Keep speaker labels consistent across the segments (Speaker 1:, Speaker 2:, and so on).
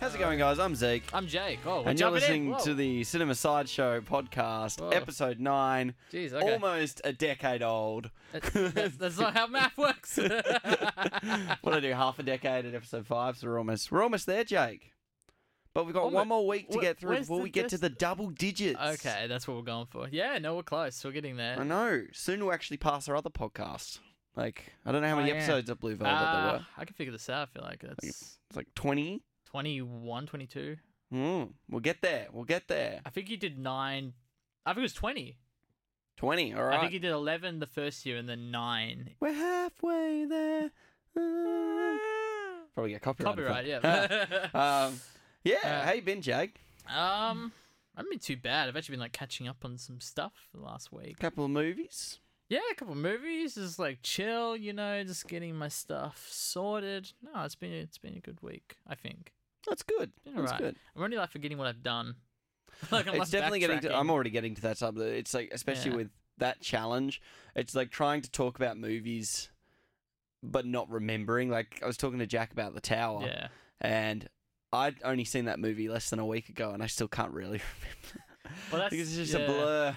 Speaker 1: How's it going, guys? I'm Zeke.
Speaker 2: I'm Jake. Oh, we're
Speaker 1: and you're
Speaker 2: jumping in.
Speaker 1: listening
Speaker 2: Whoa.
Speaker 1: to the Cinema Sideshow podcast,
Speaker 2: Whoa.
Speaker 1: episode 9.
Speaker 2: Jeez, okay.
Speaker 1: Almost a decade old.
Speaker 2: That- that- That's not how math works.
Speaker 1: what I do, half a decade at episode 5, so we're almost, we're almost there, Jake. But we've got
Speaker 2: Almo-
Speaker 1: one more week to
Speaker 2: Wh-
Speaker 1: get through
Speaker 2: where's
Speaker 1: before
Speaker 2: the
Speaker 1: we get to
Speaker 2: dis-
Speaker 1: the double digits.
Speaker 2: okay, that's what we're going for. Yeah, no, we're close. We're getting there.
Speaker 1: I know. Soon we'll actually pass our other podcast. Like, I don't know how many
Speaker 2: Oh, yeah.
Speaker 1: episodes of Blue Velvet
Speaker 2: Ah,
Speaker 1: there were.
Speaker 2: I can figure this out. I feel like that's
Speaker 1: It's like 20.
Speaker 2: 21, 22.
Speaker 1: Mm, we'll get there. We'll get there.
Speaker 2: I think you did nine. I think it was 20.
Speaker 1: 20, all
Speaker 2: I
Speaker 1: right.
Speaker 2: think you did 11 the first year and then nine.
Speaker 1: We're halfway there. Probably get copyright.
Speaker 2: Copyright, yeah.
Speaker 1: um, yeah.
Speaker 2: Uh,
Speaker 1: how you been, Jag?
Speaker 2: um, I haven't been too bad. I've actually been like catching up on some stuff the last week.
Speaker 1: Couple of movies.
Speaker 2: Yeah, a couple of movies, just like chill, you know, just getting my stuff sorted. No, it's been it's been a good week, I think.
Speaker 1: That's good.
Speaker 2: Been
Speaker 1: That's
Speaker 2: alright.
Speaker 1: good.
Speaker 2: I'm only like forgetting what I've done. like I'm
Speaker 1: it's
Speaker 2: like,
Speaker 1: definitely getting. to...
Speaker 2: backtracking.
Speaker 1: I'm already getting to that sub. It's like, especially
Speaker 2: Yeah.
Speaker 1: with that challenge, it's like trying to talk about movies, but not remembering. Like I was talking to Jack about the Tower,
Speaker 2: Yeah,
Speaker 1: and I'd only seen that movie less than a week ago, and I still can't really remember.
Speaker 2: well, that's
Speaker 1: because it's just a
Speaker 2: yeah.
Speaker 1: blur.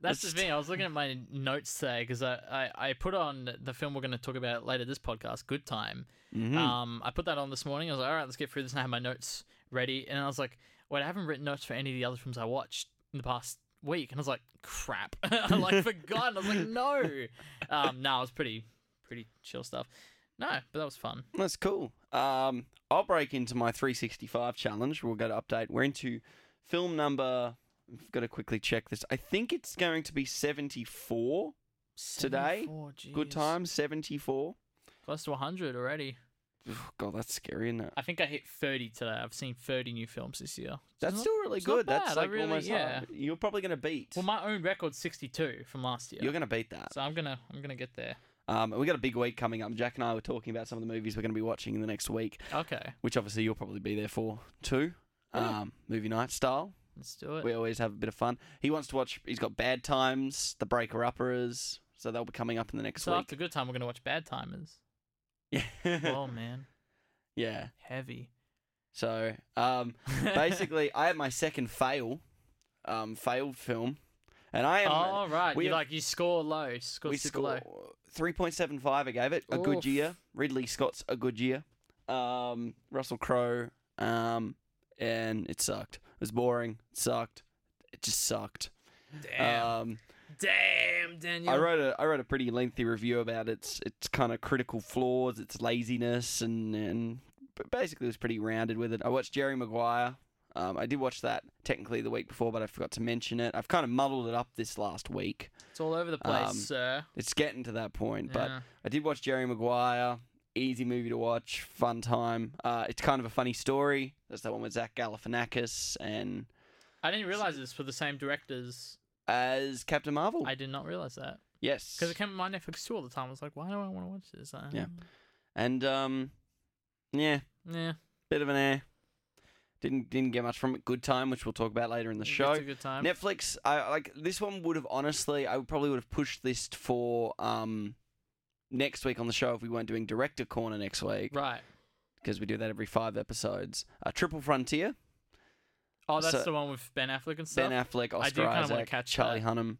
Speaker 2: That's the
Speaker 1: It's-
Speaker 2: thing. I was looking at my notes today because I, I I put on the film we're going to talk about later this podcast, Good Time.
Speaker 1: Mhm.
Speaker 2: Um, I put that on this morning. I was like, all right, let's get through this, and I had my notes ready. And I was like, wait, I haven't written notes for any of the other films I watched in the past week. And I was like, crap, I like forgot. I was like, no. Um, no, it was pretty pretty chill stuff. No, but that was fun.
Speaker 1: That's cool. Um, I'll break into my 365 challenge. We'll go to update. We're into film number. I've got to quickly check this. I think it's going to be 74. Today,
Speaker 2: 74,
Speaker 1: Good
Speaker 2: jeez.
Speaker 1: time, 74.
Speaker 2: Close to 100 already.
Speaker 1: Oh, God, that's scary, isn't it?
Speaker 2: I think I hit 30 today. I've seen 30 new films this year.
Speaker 1: That's
Speaker 2: It's not-
Speaker 1: still really
Speaker 2: it's not
Speaker 1: good. That's
Speaker 2: bad. I
Speaker 1: like
Speaker 2: really-
Speaker 1: almost.
Speaker 2: yeah.
Speaker 1: half- You're probably going to beat.
Speaker 2: Well, my own record's 62 from last year.
Speaker 1: You're going to beat that.
Speaker 2: So I'm gonna I'm gonna get there.
Speaker 1: Um, and we got a big week coming up. Jack and I were talking about some of the movies we're going to be watching in the next week,
Speaker 2: Okay,
Speaker 1: which obviously you'll probably be there for too.
Speaker 2: Yeah.
Speaker 1: Um, movie night style.
Speaker 2: let's do it.
Speaker 1: We always have a bit of fun. He wants to watch. He's got Bad Times, The Breaker Uppers, so they'll be coming up in the next
Speaker 2: so
Speaker 1: week.
Speaker 2: after good time, we're gonna watch Bad Timers.
Speaker 1: Yeah,
Speaker 2: oh man,
Speaker 1: yeah.
Speaker 2: heavy.
Speaker 1: So um, basically, I had my second fail, um, failed film, and I am.
Speaker 2: oh right,
Speaker 1: we
Speaker 2: you
Speaker 1: have-
Speaker 2: like you score low, you score
Speaker 1: we
Speaker 2: super
Speaker 1: score
Speaker 2: low.
Speaker 1: three point seven five. I gave it a good
Speaker 2: Oof.
Speaker 1: year. Ridley Scott's a good year. Um, Russell Crowe, um, and it sucked. It was boring. It sucked. It just sucked.
Speaker 2: Damn,
Speaker 1: Um,
Speaker 2: damn, Daniel.
Speaker 1: I wrote a I wrote a pretty lengthy review about its its kind of critical flaws, its laziness, and and but basically was pretty rounded with it. I watched Jerry Maguire. Um, I did watch that technically the week before, but I forgot to mention it. I've kind of muddled it up this last week.
Speaker 2: it's all over the place,
Speaker 1: um,
Speaker 2: sir.
Speaker 1: It's getting to that point, but
Speaker 2: Yeah.
Speaker 1: I did watch Jerry Maguire. Easy movie to watch, fun time. Uh, it's kind of a funny story. That's that one with Zach Galifianakis and
Speaker 2: I didn't realize this for the same directors.
Speaker 1: as Captain Marvel.
Speaker 2: I did not realize that
Speaker 1: yes,
Speaker 2: because it came on my Netflix too all the time. I was like, why do I want to watch this? Um,
Speaker 1: Yeah. and um, yeah,
Speaker 2: yeah.
Speaker 1: bit of an air. Didn't didn't get much from it. Good time, which we'll talk about later in the
Speaker 2: it's
Speaker 1: show.
Speaker 2: a good time.
Speaker 1: Netflix, I like this one would have honestly, I probably would have pushed this for um next week on the show if we weren't doing director corner next week
Speaker 2: Right.
Speaker 1: because we do that every five episodes. Uh, Triple Frontier,
Speaker 2: Oh, that's
Speaker 1: So-
Speaker 2: the one with Ben Affleck and stuff.
Speaker 1: Ben Affleck,
Speaker 2: I do
Speaker 1: Oscar
Speaker 2: kinda wanna
Speaker 1: Isaac,
Speaker 2: catch
Speaker 1: Charlie
Speaker 2: that.
Speaker 1: Hunnam.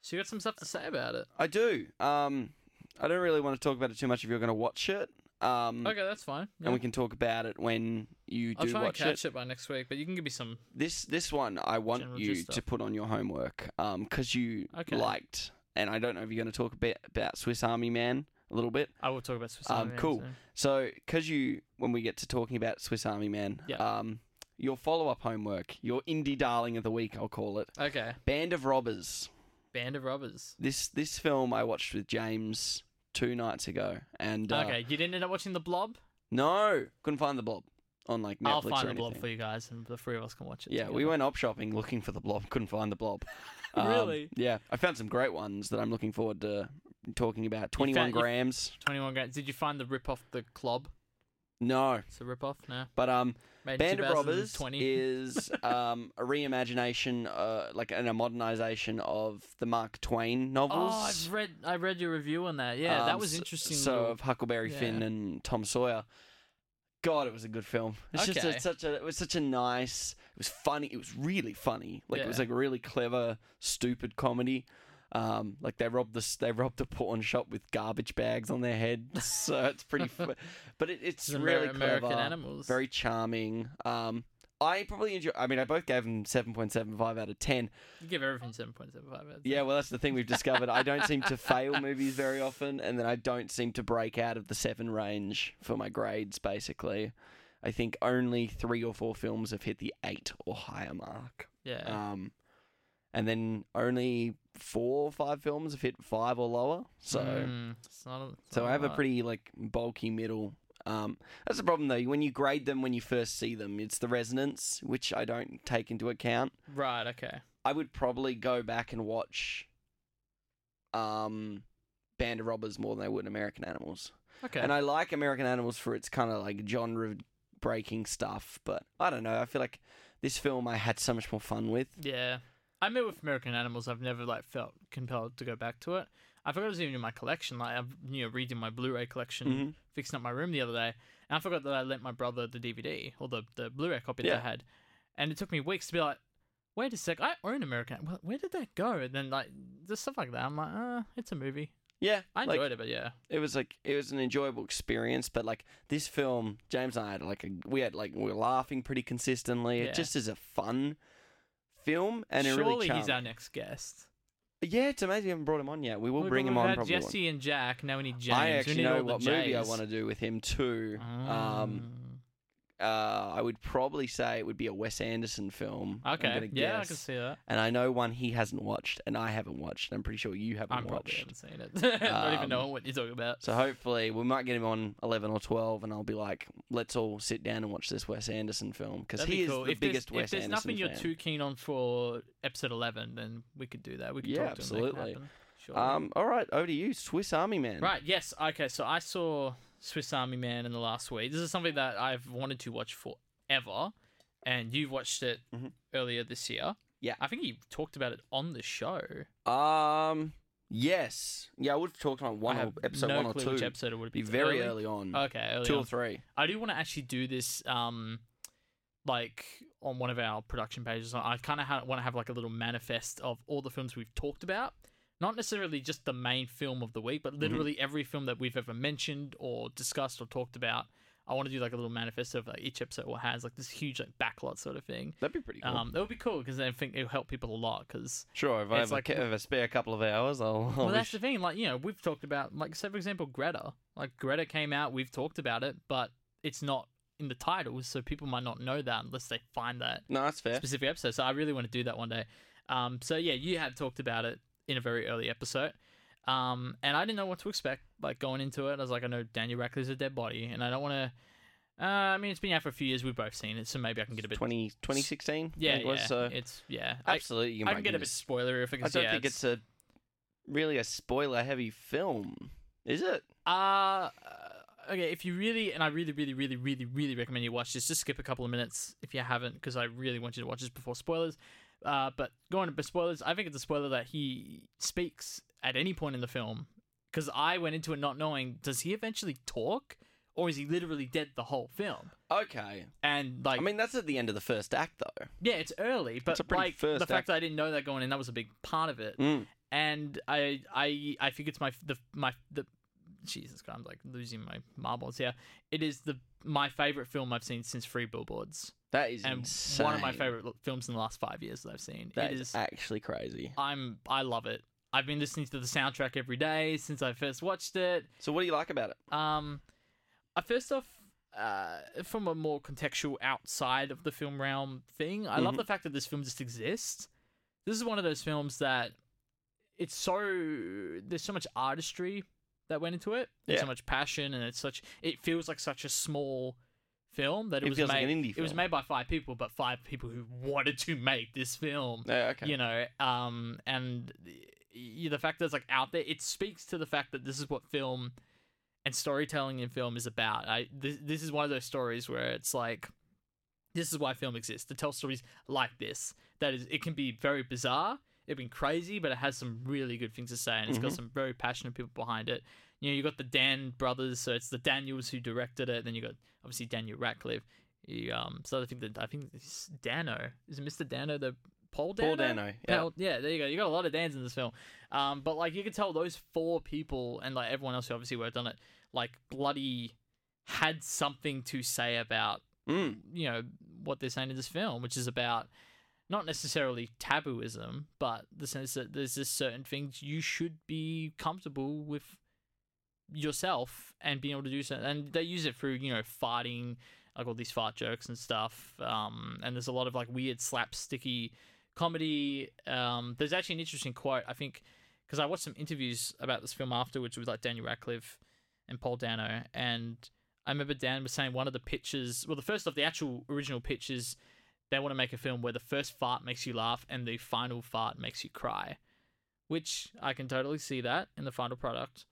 Speaker 2: so you got some stuff to say about it.
Speaker 1: I do. Um, I don't really want to talk about it too much if you're going to watch it. Um,
Speaker 2: Okay, that's fine. Yeah.
Speaker 1: and we can talk about it when you
Speaker 2: I'll
Speaker 1: do
Speaker 2: try and
Speaker 1: watch it.
Speaker 2: catch it. by next week, but you can give me some.
Speaker 1: this this one I want
Speaker 2: General
Speaker 1: you
Speaker 2: gist
Speaker 1: to
Speaker 2: stuff.
Speaker 1: put on your homework um because you
Speaker 2: Okay.
Speaker 1: liked and I don't know if you're going to talk a bit about Swiss Army Man a little bit.
Speaker 2: I will talk about Swiss
Speaker 1: Um,
Speaker 2: Army Man
Speaker 1: cool.
Speaker 2: soon.
Speaker 1: So because you when we get to talking about Swiss Army Man,
Speaker 2: Yeah.
Speaker 1: um your follow up homework, your indie darling of the week, I'll call it
Speaker 2: Okay,
Speaker 1: Band of Robbers.
Speaker 2: Band of Robbers.
Speaker 1: This this film I watched with James two nights ago and uh,
Speaker 2: Okay, you didn't end up watching The Blob.
Speaker 1: no couldn't find the blob on like Netflix
Speaker 2: I'll
Speaker 1: or
Speaker 2: find The
Speaker 1: anything.
Speaker 2: Blob for you guys, and the three of us can watch it.
Speaker 1: Yeah, we
Speaker 2: together.
Speaker 1: went op shopping looking for the blob, couldn't find the blob. Um,
Speaker 2: Really?
Speaker 1: Yeah, I found some great ones that I'm looking forward to talking about. 21
Speaker 2: found- you-
Speaker 1: grams.
Speaker 2: Twenty-one grand. Did you find the rip off the club?
Speaker 1: No,
Speaker 2: It's a rip off. No.
Speaker 1: but um,
Speaker 2: Made in
Speaker 1: Band of Robbers
Speaker 2: 2020.
Speaker 1: is um a reimagination, uh, like and a modernization of the Mark Twain novels.
Speaker 2: Oh, I've read. I read your review on that. Yeah,
Speaker 1: Um,
Speaker 2: that was
Speaker 1: s-
Speaker 2: interesting.
Speaker 1: So
Speaker 2: little-
Speaker 1: of Huckleberry Finn
Speaker 2: yeah.
Speaker 1: and Tom Sawyer. God, it was a good film. It's just
Speaker 2: Okay.
Speaker 1: a, such a it was such a nice. It was funny. It was really funny. Like it was
Speaker 2: Yeah.
Speaker 1: like a really clever, stupid comedy. Um, like they robbed this, they robbed a pawn shop with garbage bags on their head. So it's pretty, fu- but it, it's
Speaker 2: It's Amer-
Speaker 1: really
Speaker 2: American
Speaker 1: clever,
Speaker 2: animals.
Speaker 1: very charming. Um, I probably enjoy. I mean, I both gave them seven point seven five out of ten.
Speaker 2: You give everything seven point seven five.
Speaker 1: Yeah, well, that's the thing we've discovered. I don't seem to fail movies very often, and then I don't seem to break out of the seven range for my grades, basically. I think only three or four films have hit the eight or higher mark.
Speaker 2: yeah.
Speaker 1: Um, and then only four or five films have hit five or lower. So,
Speaker 2: Mm, it's not, it's
Speaker 1: so
Speaker 2: not
Speaker 1: I have a
Speaker 2: lot.
Speaker 1: pretty like bulky middle. Um, that's the problem though. When you grade them, when you first see them, it's the resonance, which I don't take into account.
Speaker 2: right. Okay.
Speaker 1: I would probably go back and watch um Band of Robbers more than I would American Animals.
Speaker 2: Okay.
Speaker 1: And I like American Animals for its kind of like genre breaking stuff, but I don't know. I feel like this film I had so much more fun with.
Speaker 2: yeah. I mean, with American Animals, I've never like felt compelled to go back to it. I forgot it was even in my collection. Like I'm, you know, reading my Blu-ray collection,
Speaker 1: Mhm.
Speaker 2: fixing up my room the other day, and I forgot that I lent my brother the DVD or the the Blu-ray copy
Speaker 1: Yeah.
Speaker 2: that I had, and it took me weeks to be like, wait a sec, I own American. Where, where did that go? And then like, there's stuff like that. I'm like, uh, it's a movie.
Speaker 1: Yeah,
Speaker 2: I
Speaker 1: like,
Speaker 2: enjoyed it, but yeah,
Speaker 1: it was like it was an enjoyable experience, but like this film, James and I had like a, we had like we were laughing pretty consistently.
Speaker 2: Yeah.
Speaker 1: It just is a fun film and it
Speaker 2: surely
Speaker 1: really
Speaker 2: he's
Speaker 1: charming.
Speaker 2: our next guest.
Speaker 1: Yeah, it's amazing we haven't brought him on yet. We will
Speaker 2: We've-
Speaker 1: bring him
Speaker 2: we've
Speaker 1: on
Speaker 2: had
Speaker 1: probably. one-
Speaker 2: Jesse and Jack. Now we need James.
Speaker 1: I
Speaker 2: We
Speaker 1: actually
Speaker 2: need all
Speaker 1: know
Speaker 2: the
Speaker 1: what movie I
Speaker 2: Js.
Speaker 1: want to do with him too. Um,
Speaker 2: Mm. Ah.
Speaker 1: uh, I would probably say it would be a Wes Anderson film. I'm
Speaker 2: okay.
Speaker 1: gonna
Speaker 2: yeah, I
Speaker 1: guess.
Speaker 2: can see that.
Speaker 1: And I know one he hasn't watched, and I haven't watched. and I'm pretty sure you haven't
Speaker 2: I'm probably
Speaker 1: watched.
Speaker 2: haven't seen it. Not even
Speaker 1: Um,
Speaker 2: knowing what you're talking about.
Speaker 1: So hopefully we might get him on 11 or 12, and I'll be like, let's all sit down and watch this Wes Anderson film because
Speaker 2: That'd
Speaker 1: he
Speaker 2: be
Speaker 1: is
Speaker 2: cool.
Speaker 1: the
Speaker 2: if there's-
Speaker 1: biggest
Speaker 2: If
Speaker 1: Wes
Speaker 2: there's
Speaker 1: Anderson
Speaker 2: nothing you're
Speaker 1: fan.
Speaker 2: too keen on for episode 11, then we could do that. We could
Speaker 1: Yeah,
Speaker 2: talk to him, make it
Speaker 1: absolutely.
Speaker 2: happen. Sure.
Speaker 1: um, all right, over to you, Swiss Army Man.
Speaker 2: Right. Yes. Okay. So I saw Swiss Army Man in the last week. This is something that I've wanted to watch forever, and you've watched it
Speaker 1: Mhm.
Speaker 2: earlier this year.
Speaker 1: Yeah.
Speaker 2: I think you talked about it on the show.
Speaker 1: Um, yes, yeah, I would have talked on one
Speaker 2: I
Speaker 1: or,
Speaker 2: have
Speaker 1: episode
Speaker 2: no
Speaker 1: one or
Speaker 2: clue
Speaker 1: two.
Speaker 2: Which episode it would
Speaker 1: be
Speaker 2: be?
Speaker 1: very early,
Speaker 2: early.
Speaker 1: on,
Speaker 2: Okay. Early
Speaker 1: two
Speaker 2: on.
Speaker 1: or three.
Speaker 2: I do want to actually do this, um, like on one of our production pages. I kind of ha- want to have like a little manifest of all the films we've talked about, not necessarily just the main film of the week, but literally every film that we've ever mentioned or discussed or talked about. I want to do like a little manifesto of like each episode or has like this huge like backlot sort of thing.
Speaker 1: That'd be pretty cool.
Speaker 2: Um, it would be cool because I think it'll help people a lot because
Speaker 1: Sure, if
Speaker 2: It's
Speaker 1: I have
Speaker 2: like-
Speaker 1: a, ca- have a spare couple of hours, I'll. I'll
Speaker 2: Well, that's
Speaker 1: wish-
Speaker 2: the thing. Like, you know, we've talked about, like, say, for example, Greta. Like, Greta came out, we've talked about it, but it's not in the titles, so people might not know that unless they find that
Speaker 1: No, that's fair.
Speaker 2: specific episode. So I really want to do that one day. Um, so yeah, you had talked about it in a very early episode. Um, and I didn't know what to expect, like going into it. I was like, I know Daniel Radcliffe's a dead body, and I don't want to. Uh, I mean, it's been out for a few years. We've both seen it, so maybe I can get a bit.
Speaker 1: 20, 2016? I
Speaker 2: yeah,
Speaker 1: think it was,
Speaker 2: yeah,
Speaker 1: so
Speaker 2: it's yeah. I,
Speaker 1: absolutely, you
Speaker 2: I
Speaker 1: might
Speaker 2: can get a bit
Speaker 1: us-
Speaker 2: spoilery if I
Speaker 1: I don't
Speaker 2: yeah,
Speaker 1: think it's, a really a spoiler-heavy film, is it?
Speaker 2: Uh, okay, if you really, and I really, really, really, really, really recommend you watch this, just skip a couple of minutes if you haven't, because I really want you to watch this before spoilers. Uh, but going to spoilers, I think it's a spoiler that he speaks at any point in the film, because I went into it not knowing, does he eventually talk, or is he literally dead the whole film?
Speaker 1: Okay.
Speaker 2: And like,
Speaker 1: I mean, that's at the end of the first act, though.
Speaker 2: yeah, it's early, but
Speaker 1: a pretty
Speaker 2: like
Speaker 1: first
Speaker 2: the fact
Speaker 1: act.
Speaker 2: that I didn't know that going in, that was a big part of it
Speaker 1: Mm.
Speaker 2: and I I I think it's my the my the Jesus Christ, I'm like losing my marbles here. It is the my favorite film I've seen since Free Billboards,
Speaker 1: That is
Speaker 2: and
Speaker 1: insane.
Speaker 2: one of my favorite l- films in the last five years that I've seen.
Speaker 1: That
Speaker 2: it
Speaker 1: is,
Speaker 2: is.
Speaker 1: actually crazy.
Speaker 2: I'm I love it. I've been listening to the soundtrack every day since I first watched it.
Speaker 1: So, what do you like about it?
Speaker 2: Um, uh, first off, uh, from a more contextual outside of the film realm thing, I love
Speaker 1: Mhm.
Speaker 2: the fact that this film just exists. This is one of those films that it's so there's so much artistry that went into it. There's so
Speaker 1: Yeah.
Speaker 2: much passion, and it's such it feels like such a small film that it,
Speaker 1: It
Speaker 2: was
Speaker 1: feels
Speaker 2: made.
Speaker 1: like an indie
Speaker 2: It was
Speaker 1: film.
Speaker 2: made by five people, but five people who wanted to make this film
Speaker 1: Yeah, Oh, okay.
Speaker 2: you know um and the, the fact that it's like out there it speaks to the fact that this is what film and storytelling in film is about i this, this is one of those stories where it's like this is why film exists to tell stories like this that is it can be very bizarre it can be crazy but it has some really good things to say and it's got some very passionate people behind it you know, you got the Dan brothers, so it's the Daniels who directed it. Then you got obviously Daniel Radcliffe. You, um, so I think that I think it's Dano is it Mr. Dano the Paul Dano.
Speaker 1: Paul Dano. Yeah.
Speaker 2: Well, yeah, there you go. You got a lot of Dans in this film. Um, but like you could tell those four people and like everyone else who obviously worked on it, like bloody had something to say about
Speaker 1: Mm.
Speaker 2: you know what they're saying in this film, which is about not necessarily tabooism, but the sense that there's just certain things you should be comfortable with yourself and being able to do so. And they use it through you know farting, like all these fart jokes and stuff. Um, and there's a lot of like weird slapsticky comedy. Um, there's actually an interesting quote I think because I watched some interviews about this film afterwards with like Daniel Radcliffe and Paul Dano, and I remember Dan was saying one of the pitches. Well, the first of the actual original pitches, they want to make a film where the first fart makes you laugh and the final fart makes you cry, which I can totally see that in the final product.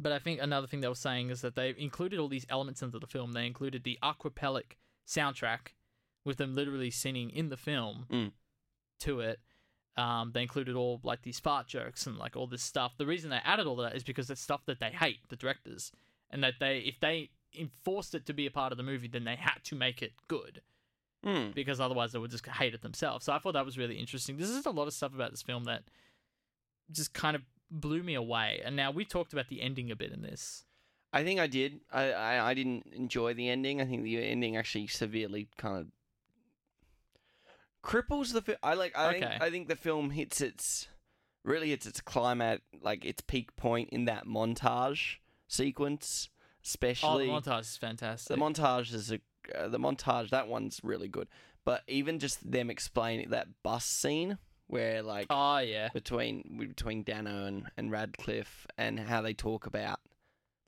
Speaker 2: But I think another thing they were saying is that they included all these elements into the film. They included the aquapellic soundtrack with them literally singing in the film
Speaker 1: Mm.
Speaker 2: to it. Um, they included all like these fart jokes and like all this stuff. The reason they added all that is because it's stuff that they hate, the directors, and that they if they enforced it to be a part of the movie, then they had to make it good
Speaker 1: Mm.
Speaker 2: because otherwise they would just hate it themselves. So I thought that was really interesting. There's just a lot of stuff about this film that just kind of blew me away. And now we talked about the ending a bit in this.
Speaker 1: I think I did. I, I I didn't enjoy the ending. I think the ending actually severely kind of cripples the. Fi- I like. I
Speaker 2: Okay.
Speaker 1: think I think the film hits its really hits its climax, like its peak point in that montage sequence,
Speaker 2: Oh,
Speaker 1: especially
Speaker 2: the montage is
Speaker 1: the
Speaker 2: fantastic.
Speaker 1: montage is a uh, the montage that one's really good. But even just them explaining that bus scene where like
Speaker 2: oh yeah,
Speaker 1: between between Dano and, and Radcliffe and how they talk about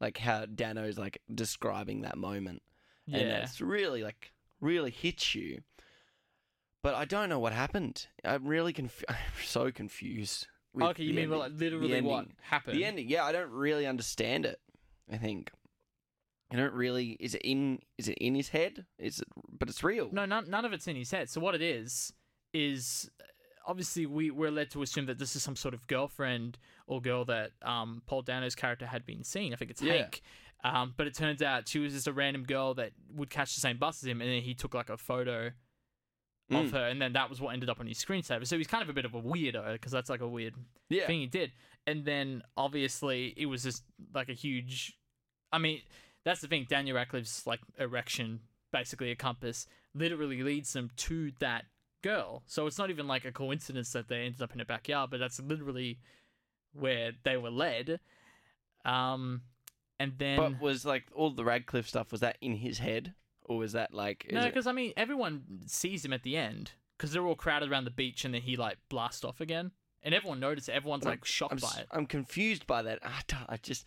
Speaker 1: like how Dano's like describing that moment. And
Speaker 2: yeah.
Speaker 1: it's really like really hits you. But I don't know what happened. I'm really conf- I'm so confused. with
Speaker 2: Okay, you
Speaker 1: the
Speaker 2: mean well, like
Speaker 1: ending. The
Speaker 2: literally what
Speaker 1: ending.
Speaker 2: happened?
Speaker 1: the ending? Yeah, I don't really understand it. I think I don't really. Is it in? Is it in his head? Is it? But it's real.
Speaker 2: No, none, none of it's in his head. So what it is is uh, obviously we we're led to assume that this is some sort of girlfriend or girl that um, Paul Dano's character had been seeing. I think it's
Speaker 1: Yeah.
Speaker 2: Hank. Um, but it turns out she was just a random girl that would catch the same bus as him, and then he took like a photo of
Speaker 1: Mm.
Speaker 2: her, and then that was what ended up on his screensaver. So he's kind of a bit of a weirdo because that's like a weird
Speaker 1: Yeah.
Speaker 2: thing he did. And then obviously it was just like a huge. I mean, that's the thing. Daniel Radcliffe's like erection, basically a compass, literally leads them to that girl. So it's not even like a coincidence that they ended up in a backyard, but that's literally where they were led. Um, and then
Speaker 1: But was like all the Radcliffe stuff? Was that in his head, or was that like? is
Speaker 2: No,
Speaker 1: it-
Speaker 2: because I mean, everyone sees him at the end because they're all crowded around the beach, and then he like blasts off again, and everyone notices. Everyone's
Speaker 1: I'm-
Speaker 2: like shocked
Speaker 1: I'm,
Speaker 2: by
Speaker 1: s-
Speaker 2: it.
Speaker 1: I'm confused by that. I, don't- I just,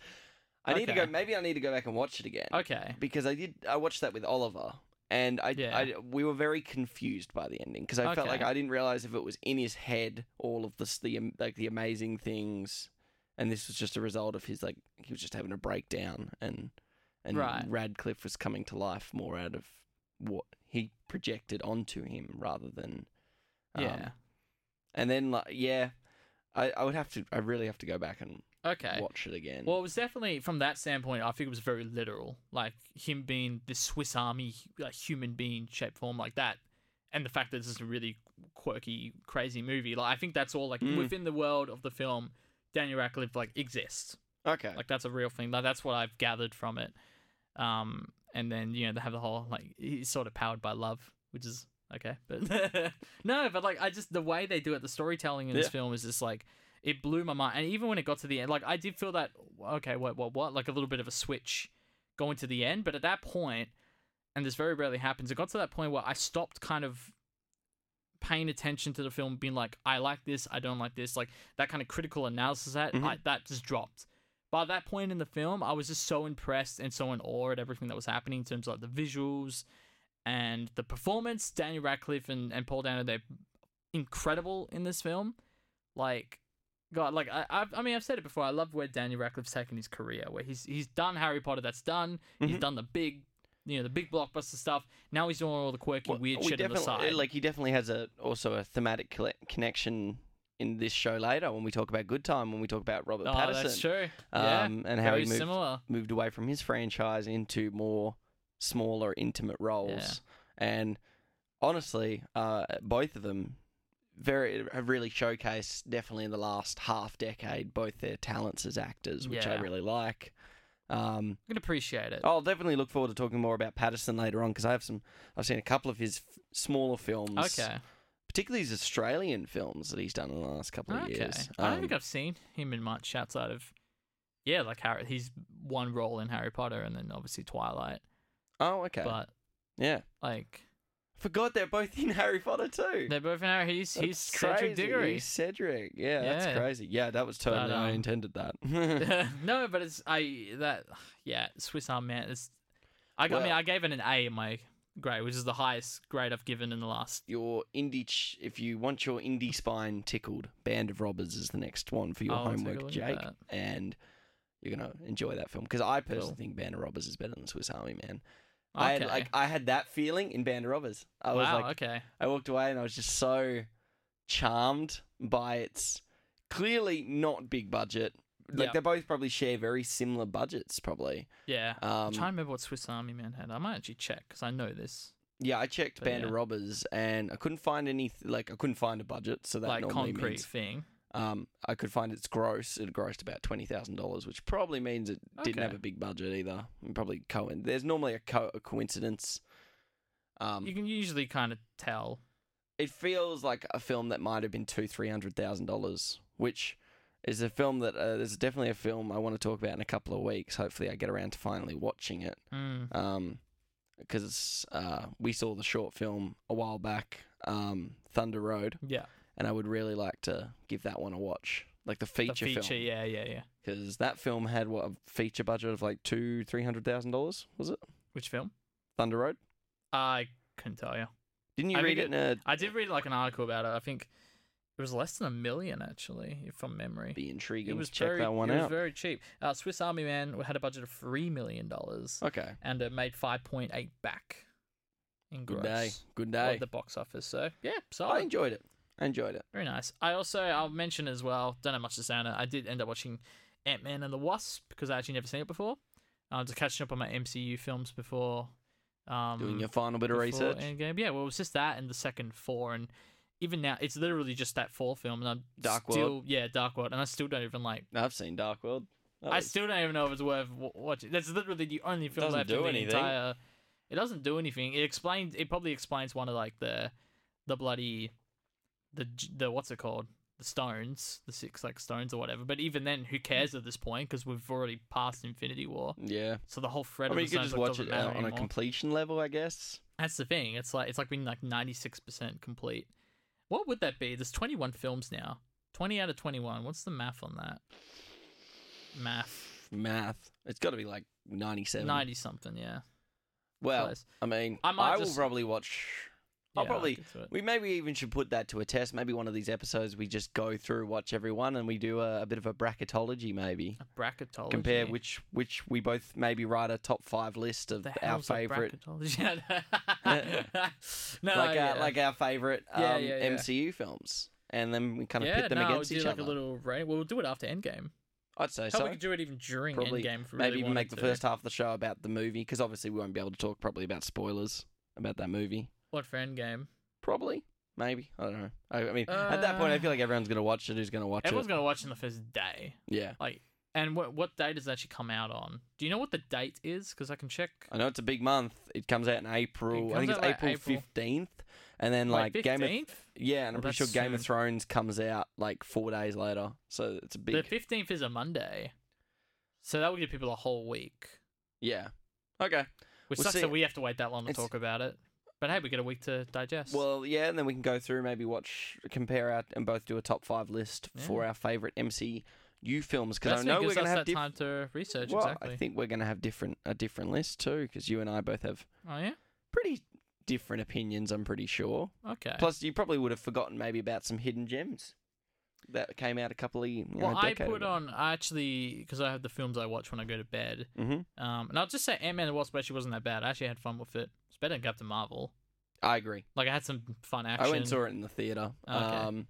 Speaker 1: I need to go.
Speaker 2: Okay.
Speaker 1: Maybe I need to go back and watch it again
Speaker 2: Okay,
Speaker 1: because I did. I watched that with Oliver, and I,
Speaker 2: Yeah.
Speaker 1: I we were very confused by the ending because I felt like
Speaker 2: Okay.
Speaker 1: I didn't realize if it was in his head all of this, the am- like the amazing things, and this was just a result of his like he was just having a breakdown, and and
Speaker 2: Right.
Speaker 1: Radcliffe was coming to life more out of what he projected onto him rather than um,
Speaker 2: yeah,
Speaker 1: and then like yeah, I, I would have to I really have to go back and
Speaker 2: okay.
Speaker 1: watch it again.
Speaker 2: Well, it was definitely from that standpoint. I think it was very literal, like him being this Swiss Army like human being shape form like that, and the fact that this is a really quirky, crazy movie. Like I think that's all like
Speaker 1: Mm.
Speaker 2: within the world of the film. Daniel Radcliffe like exists.
Speaker 1: okay.
Speaker 2: Like that's a real thing. Like that's what I've gathered from it. Um, and then you know they have the whole like he's sort of powered by love, which is okay, but no, but like I just the way they do it, the storytelling in this
Speaker 1: Yeah.
Speaker 2: film is just like it blew my mind. And even when it got to the end, like I did feel that okay, what what what like a little bit of a switch going to the end, but at that point, and this very rarely happens, it got to that point where I stopped kind of paying attention to the film, being like, I like this, I don't like this, like that kind of critical analysis that
Speaker 1: Mhm.
Speaker 2: I, that just dropped. By that point in the film, I was just so impressed and so in awe at everything that was happening in terms of like, the visuals and the performance. Daniel Radcliffe and, and Paul Dano, they're incredible in this film. Like, God, like I, I've, I mean, I've said it before. I love where Daniel Radcliffe's taken his career, where he's he's done Harry Potter, that's done. He's
Speaker 1: Mhm.
Speaker 2: done the big, you know, the big blockbuster stuff. Now he's doing all the quirky,
Speaker 1: Well,
Speaker 2: weird
Speaker 1: we
Speaker 2: shit on the
Speaker 1: definitely-
Speaker 2: side.
Speaker 1: Like he definitely has a also a thematic colle- connection in this show later when we talk about Good Time, when we talk about Robert
Speaker 2: Oh,
Speaker 1: Patterson,
Speaker 2: that's true.
Speaker 1: um, and
Speaker 2: yeah,
Speaker 1: how
Speaker 2: very
Speaker 1: he moved
Speaker 2: similar.
Speaker 1: moved away from his franchise into more smaller, intimate roles. And honestly, uh, both of them very have really showcased definitely in the last half decade both their talents as actors, which I
Speaker 2: Yeah.
Speaker 1: really like. Um,
Speaker 2: I can appreciate it.
Speaker 1: I'll definitely look forward to talking more about Patterson later on because I have some. I've seen a couple of his f- smaller films,
Speaker 2: okay.
Speaker 1: particularly his Australian films that he's done in the last couple of
Speaker 2: Okay.
Speaker 1: years.
Speaker 2: I don't
Speaker 1: Um,
Speaker 2: think I've seen him in much outside of, yeah, like Harry. He's one role in Harry Potter, and then obviously Twilight.
Speaker 1: oh, okay,
Speaker 2: But
Speaker 1: yeah.
Speaker 2: like
Speaker 1: Forgot they're both in Harry Potter too.
Speaker 2: they're both in Harry. He's he's
Speaker 1: That's
Speaker 2: Cedric
Speaker 1: crazy.
Speaker 2: Diggory.
Speaker 1: He's Cedric. Yeah, that's
Speaker 2: Yeah.
Speaker 1: crazy. Yeah, that was totally I
Speaker 2: um,
Speaker 1: intended that.
Speaker 2: no, but it's I that yeah Swiss Army Man. It's I, I
Speaker 1: Well-
Speaker 2: mean I gave it an A in my grade, which is the highest grade I've given in the last.
Speaker 1: your indie, ch- if you want your indie spine tickled, Band of Robbers is the next one for your
Speaker 2: I'll take a
Speaker 1: homework,
Speaker 2: look at
Speaker 1: Jake,
Speaker 2: that.
Speaker 1: and you're gonna enjoy that film because I personally
Speaker 2: Cool.
Speaker 1: think Band of Robbers is better than Swiss Army Man. I
Speaker 2: Okay.
Speaker 1: had like I had that feeling in Band of Robbers. I was
Speaker 2: wow.
Speaker 1: like,
Speaker 2: okay.
Speaker 1: I walked away and I was just so charmed by its clearly not big budget. Like
Speaker 2: Yeah.
Speaker 1: they both probably share very similar budgets, probably.
Speaker 2: Yeah. I'm
Speaker 1: Um,
Speaker 2: trying to remember what Swiss Army Man had. I might actually check because I know this.
Speaker 1: Yeah, I checked
Speaker 2: But
Speaker 1: Band of
Speaker 2: yeah.
Speaker 1: Robbers and I couldn't find any like I couldn't find a budget, so that
Speaker 2: like
Speaker 1: normally
Speaker 2: concrete
Speaker 1: means
Speaker 2: thing.
Speaker 1: um I could find its gross. It grossed about twenty thousand dollars, which probably means it didn't
Speaker 2: Okay.
Speaker 1: have a big budget either. And probably co- there's normally a, co- a coincidence. Um,
Speaker 2: you can usually kind of tell.
Speaker 1: it feels like a film that might have been two three hundred thousand dollars, which is a film that uh, there's definitely a film I want to talk about in a couple of weeks. Hopefully, I get around to finally watching it.
Speaker 2: Mm.
Speaker 1: um because uh we saw the short film a while back um thunder road
Speaker 2: Yeah.
Speaker 1: and i would really like to give that one a watch like the
Speaker 2: The
Speaker 1: feature,
Speaker 2: feature.
Speaker 1: film
Speaker 2: Yeah. Yeah. Yeah.
Speaker 1: because that film had what a feature budget of like two three hundred thousand dollars was it
Speaker 2: Which film?
Speaker 1: thunder road
Speaker 2: I couldn't tell you.
Speaker 1: didn't you
Speaker 2: I
Speaker 1: read it
Speaker 2: think
Speaker 1: in a
Speaker 2: I did read like an article about it. I think it was less than a million actually, if from memory.
Speaker 1: be intriguing
Speaker 2: It was
Speaker 1: to check
Speaker 2: very,
Speaker 1: that one
Speaker 2: it was
Speaker 1: out
Speaker 2: very cheap. Uh, Swiss Army Man had a budget of three million dollars,
Speaker 1: okay
Speaker 2: and it made five point eight back in
Speaker 1: good
Speaker 2: gross
Speaker 1: day good day
Speaker 2: at the box office. So yeah,
Speaker 1: i
Speaker 2: solid,
Speaker 1: enjoyed it i enjoyed it
Speaker 2: very nice. I also I'll mention as well. Don't have much to say on it. I did end up watching Ant Man and the Wasp because I actually never seen it before. I was catching up on my MCU films before. Um,
Speaker 1: doing your final bit of
Speaker 2: before
Speaker 1: research
Speaker 2: Endgame. Yeah, well, it was just that and the second four, and even now it's literally just that four film, and I'm
Speaker 1: Dark World.
Speaker 2: still, yeah, Dark World, and I still don't even like.
Speaker 1: i've seen dark world That
Speaker 2: I
Speaker 1: was-
Speaker 2: still don't even know if it's worth w- watching. That's literally the only film
Speaker 1: doesn't
Speaker 2: left
Speaker 1: do
Speaker 2: in the
Speaker 1: anything.
Speaker 2: entire. It doesn't do anything. It explains. It probably explains one of like the, the bloody, the j- the what's it called? The stones, the six like stones or whatever. But even then, who cares at this point? Because we've already passed Infinity War,
Speaker 1: yeah
Speaker 2: so the whole thread
Speaker 1: i mean
Speaker 2: of
Speaker 1: you
Speaker 2: the
Speaker 1: could
Speaker 2: stones
Speaker 1: just watch
Speaker 2: like, doesn't
Speaker 1: it
Speaker 2: matter
Speaker 1: uh, on a
Speaker 2: anymore.
Speaker 1: completion level i guess
Speaker 2: That's the thing. It's like it's like being like ninety six percent complete. What would that be? There's twenty one films now. Twenty out of twenty one. What's the math on that? Math.
Speaker 1: math. It's got to be like 97.
Speaker 2: Ninety something, yeah.
Speaker 1: Well,
Speaker 2: Close.
Speaker 1: I mean, I,
Speaker 2: I might
Speaker 1: will
Speaker 2: just-
Speaker 1: probably watch. I'll
Speaker 2: Yeah,
Speaker 1: probably.
Speaker 2: get to it.
Speaker 1: We maybe even should put that to a test. Maybe one of these episodes we just go through, watch everyone, and we do a, a bit of a bracketology. Maybe
Speaker 2: A bracketology.
Speaker 1: compare which which we both maybe write a top five list of
Speaker 2: the
Speaker 1: our
Speaker 2: hell's a
Speaker 1: favorite,
Speaker 2: bracketology? no,
Speaker 1: like our,
Speaker 2: Oh, yeah.
Speaker 1: like our favorite um,
Speaker 2: Yeah, yeah, yeah.
Speaker 1: MCU films, and then we kind of
Speaker 2: yeah,
Speaker 1: pit them
Speaker 2: no,
Speaker 1: against
Speaker 2: we'll
Speaker 1: each
Speaker 2: do like
Speaker 1: other.
Speaker 2: a little rank. Well, we'll do it after Endgame.
Speaker 1: I'd say
Speaker 2: Hell,
Speaker 1: so.
Speaker 2: we could do it even during
Speaker 1: Probably-
Speaker 2: Endgame. If we
Speaker 1: maybe
Speaker 2: really
Speaker 1: even make the
Speaker 2: wanted to.
Speaker 1: first half of the show about the movie because obviously we won't be able to talk probably about spoilers about that movie.
Speaker 2: What for Endgame?
Speaker 1: Probably. Maybe. I don't know. I, I mean, at that point, I
Speaker 2: Uh,
Speaker 1: feel like everyone's going to watch it. Who's going to watch
Speaker 2: Everyone's
Speaker 1: it?
Speaker 2: gonna watch in the first day.
Speaker 1: Yeah.
Speaker 2: And what what date does it actually come out on? Do you know what the date is? Because I can check.
Speaker 1: I know it's a big month. It comes out in April. I
Speaker 2: comes
Speaker 1: think it's
Speaker 2: out, like,
Speaker 1: April,
Speaker 2: April.
Speaker 1: 15th. And then, like,
Speaker 2: Wait,
Speaker 1: Game of...
Speaker 2: 15th?
Speaker 1: Yeah, and I'm
Speaker 2: Well,
Speaker 1: pretty sure
Speaker 2: that's
Speaker 1: Game of
Speaker 2: soon.
Speaker 1: Thrones comes out, like, four days later. So it's a big...
Speaker 2: The fifteenth is a Monday, so that would give people a whole week,
Speaker 1: Yeah. Okay.
Speaker 2: which
Speaker 1: Well,
Speaker 2: sucks
Speaker 1: see,
Speaker 2: that we have to wait that long to
Speaker 1: it's-
Speaker 2: talk about it. But hey, we get a week to digest.
Speaker 1: Well, yeah, and then we can go through, maybe watch, compare our... And both do a top five list for our favourite MCU films. Because I
Speaker 2: That's good,
Speaker 1: know we're
Speaker 2: gives
Speaker 1: going to
Speaker 2: us
Speaker 1: have...
Speaker 2: that
Speaker 1: Diff-
Speaker 2: time to research
Speaker 1: well,
Speaker 2: exactly.
Speaker 1: I think we're going to have different a different list, too, because you and I both have
Speaker 2: Oh yeah,
Speaker 1: pretty different opinions, I'm pretty sure.
Speaker 2: okay.
Speaker 1: Plus, you probably would have forgotten maybe about some hidden gems that came out a couple of you know,
Speaker 2: well, I
Speaker 1: decade
Speaker 2: put
Speaker 1: ago.
Speaker 2: on I actually because I have the films I watch when I go to bed.
Speaker 1: Mhm.
Speaker 2: Um, and I'll just say Ant Man and the Wasp actually wasn't that bad. I actually had fun with it. It's better than Captain Marvel.
Speaker 1: I agree.
Speaker 2: Like I had some fun action.
Speaker 1: I went and saw it in the theater.
Speaker 2: Okay.
Speaker 1: Um,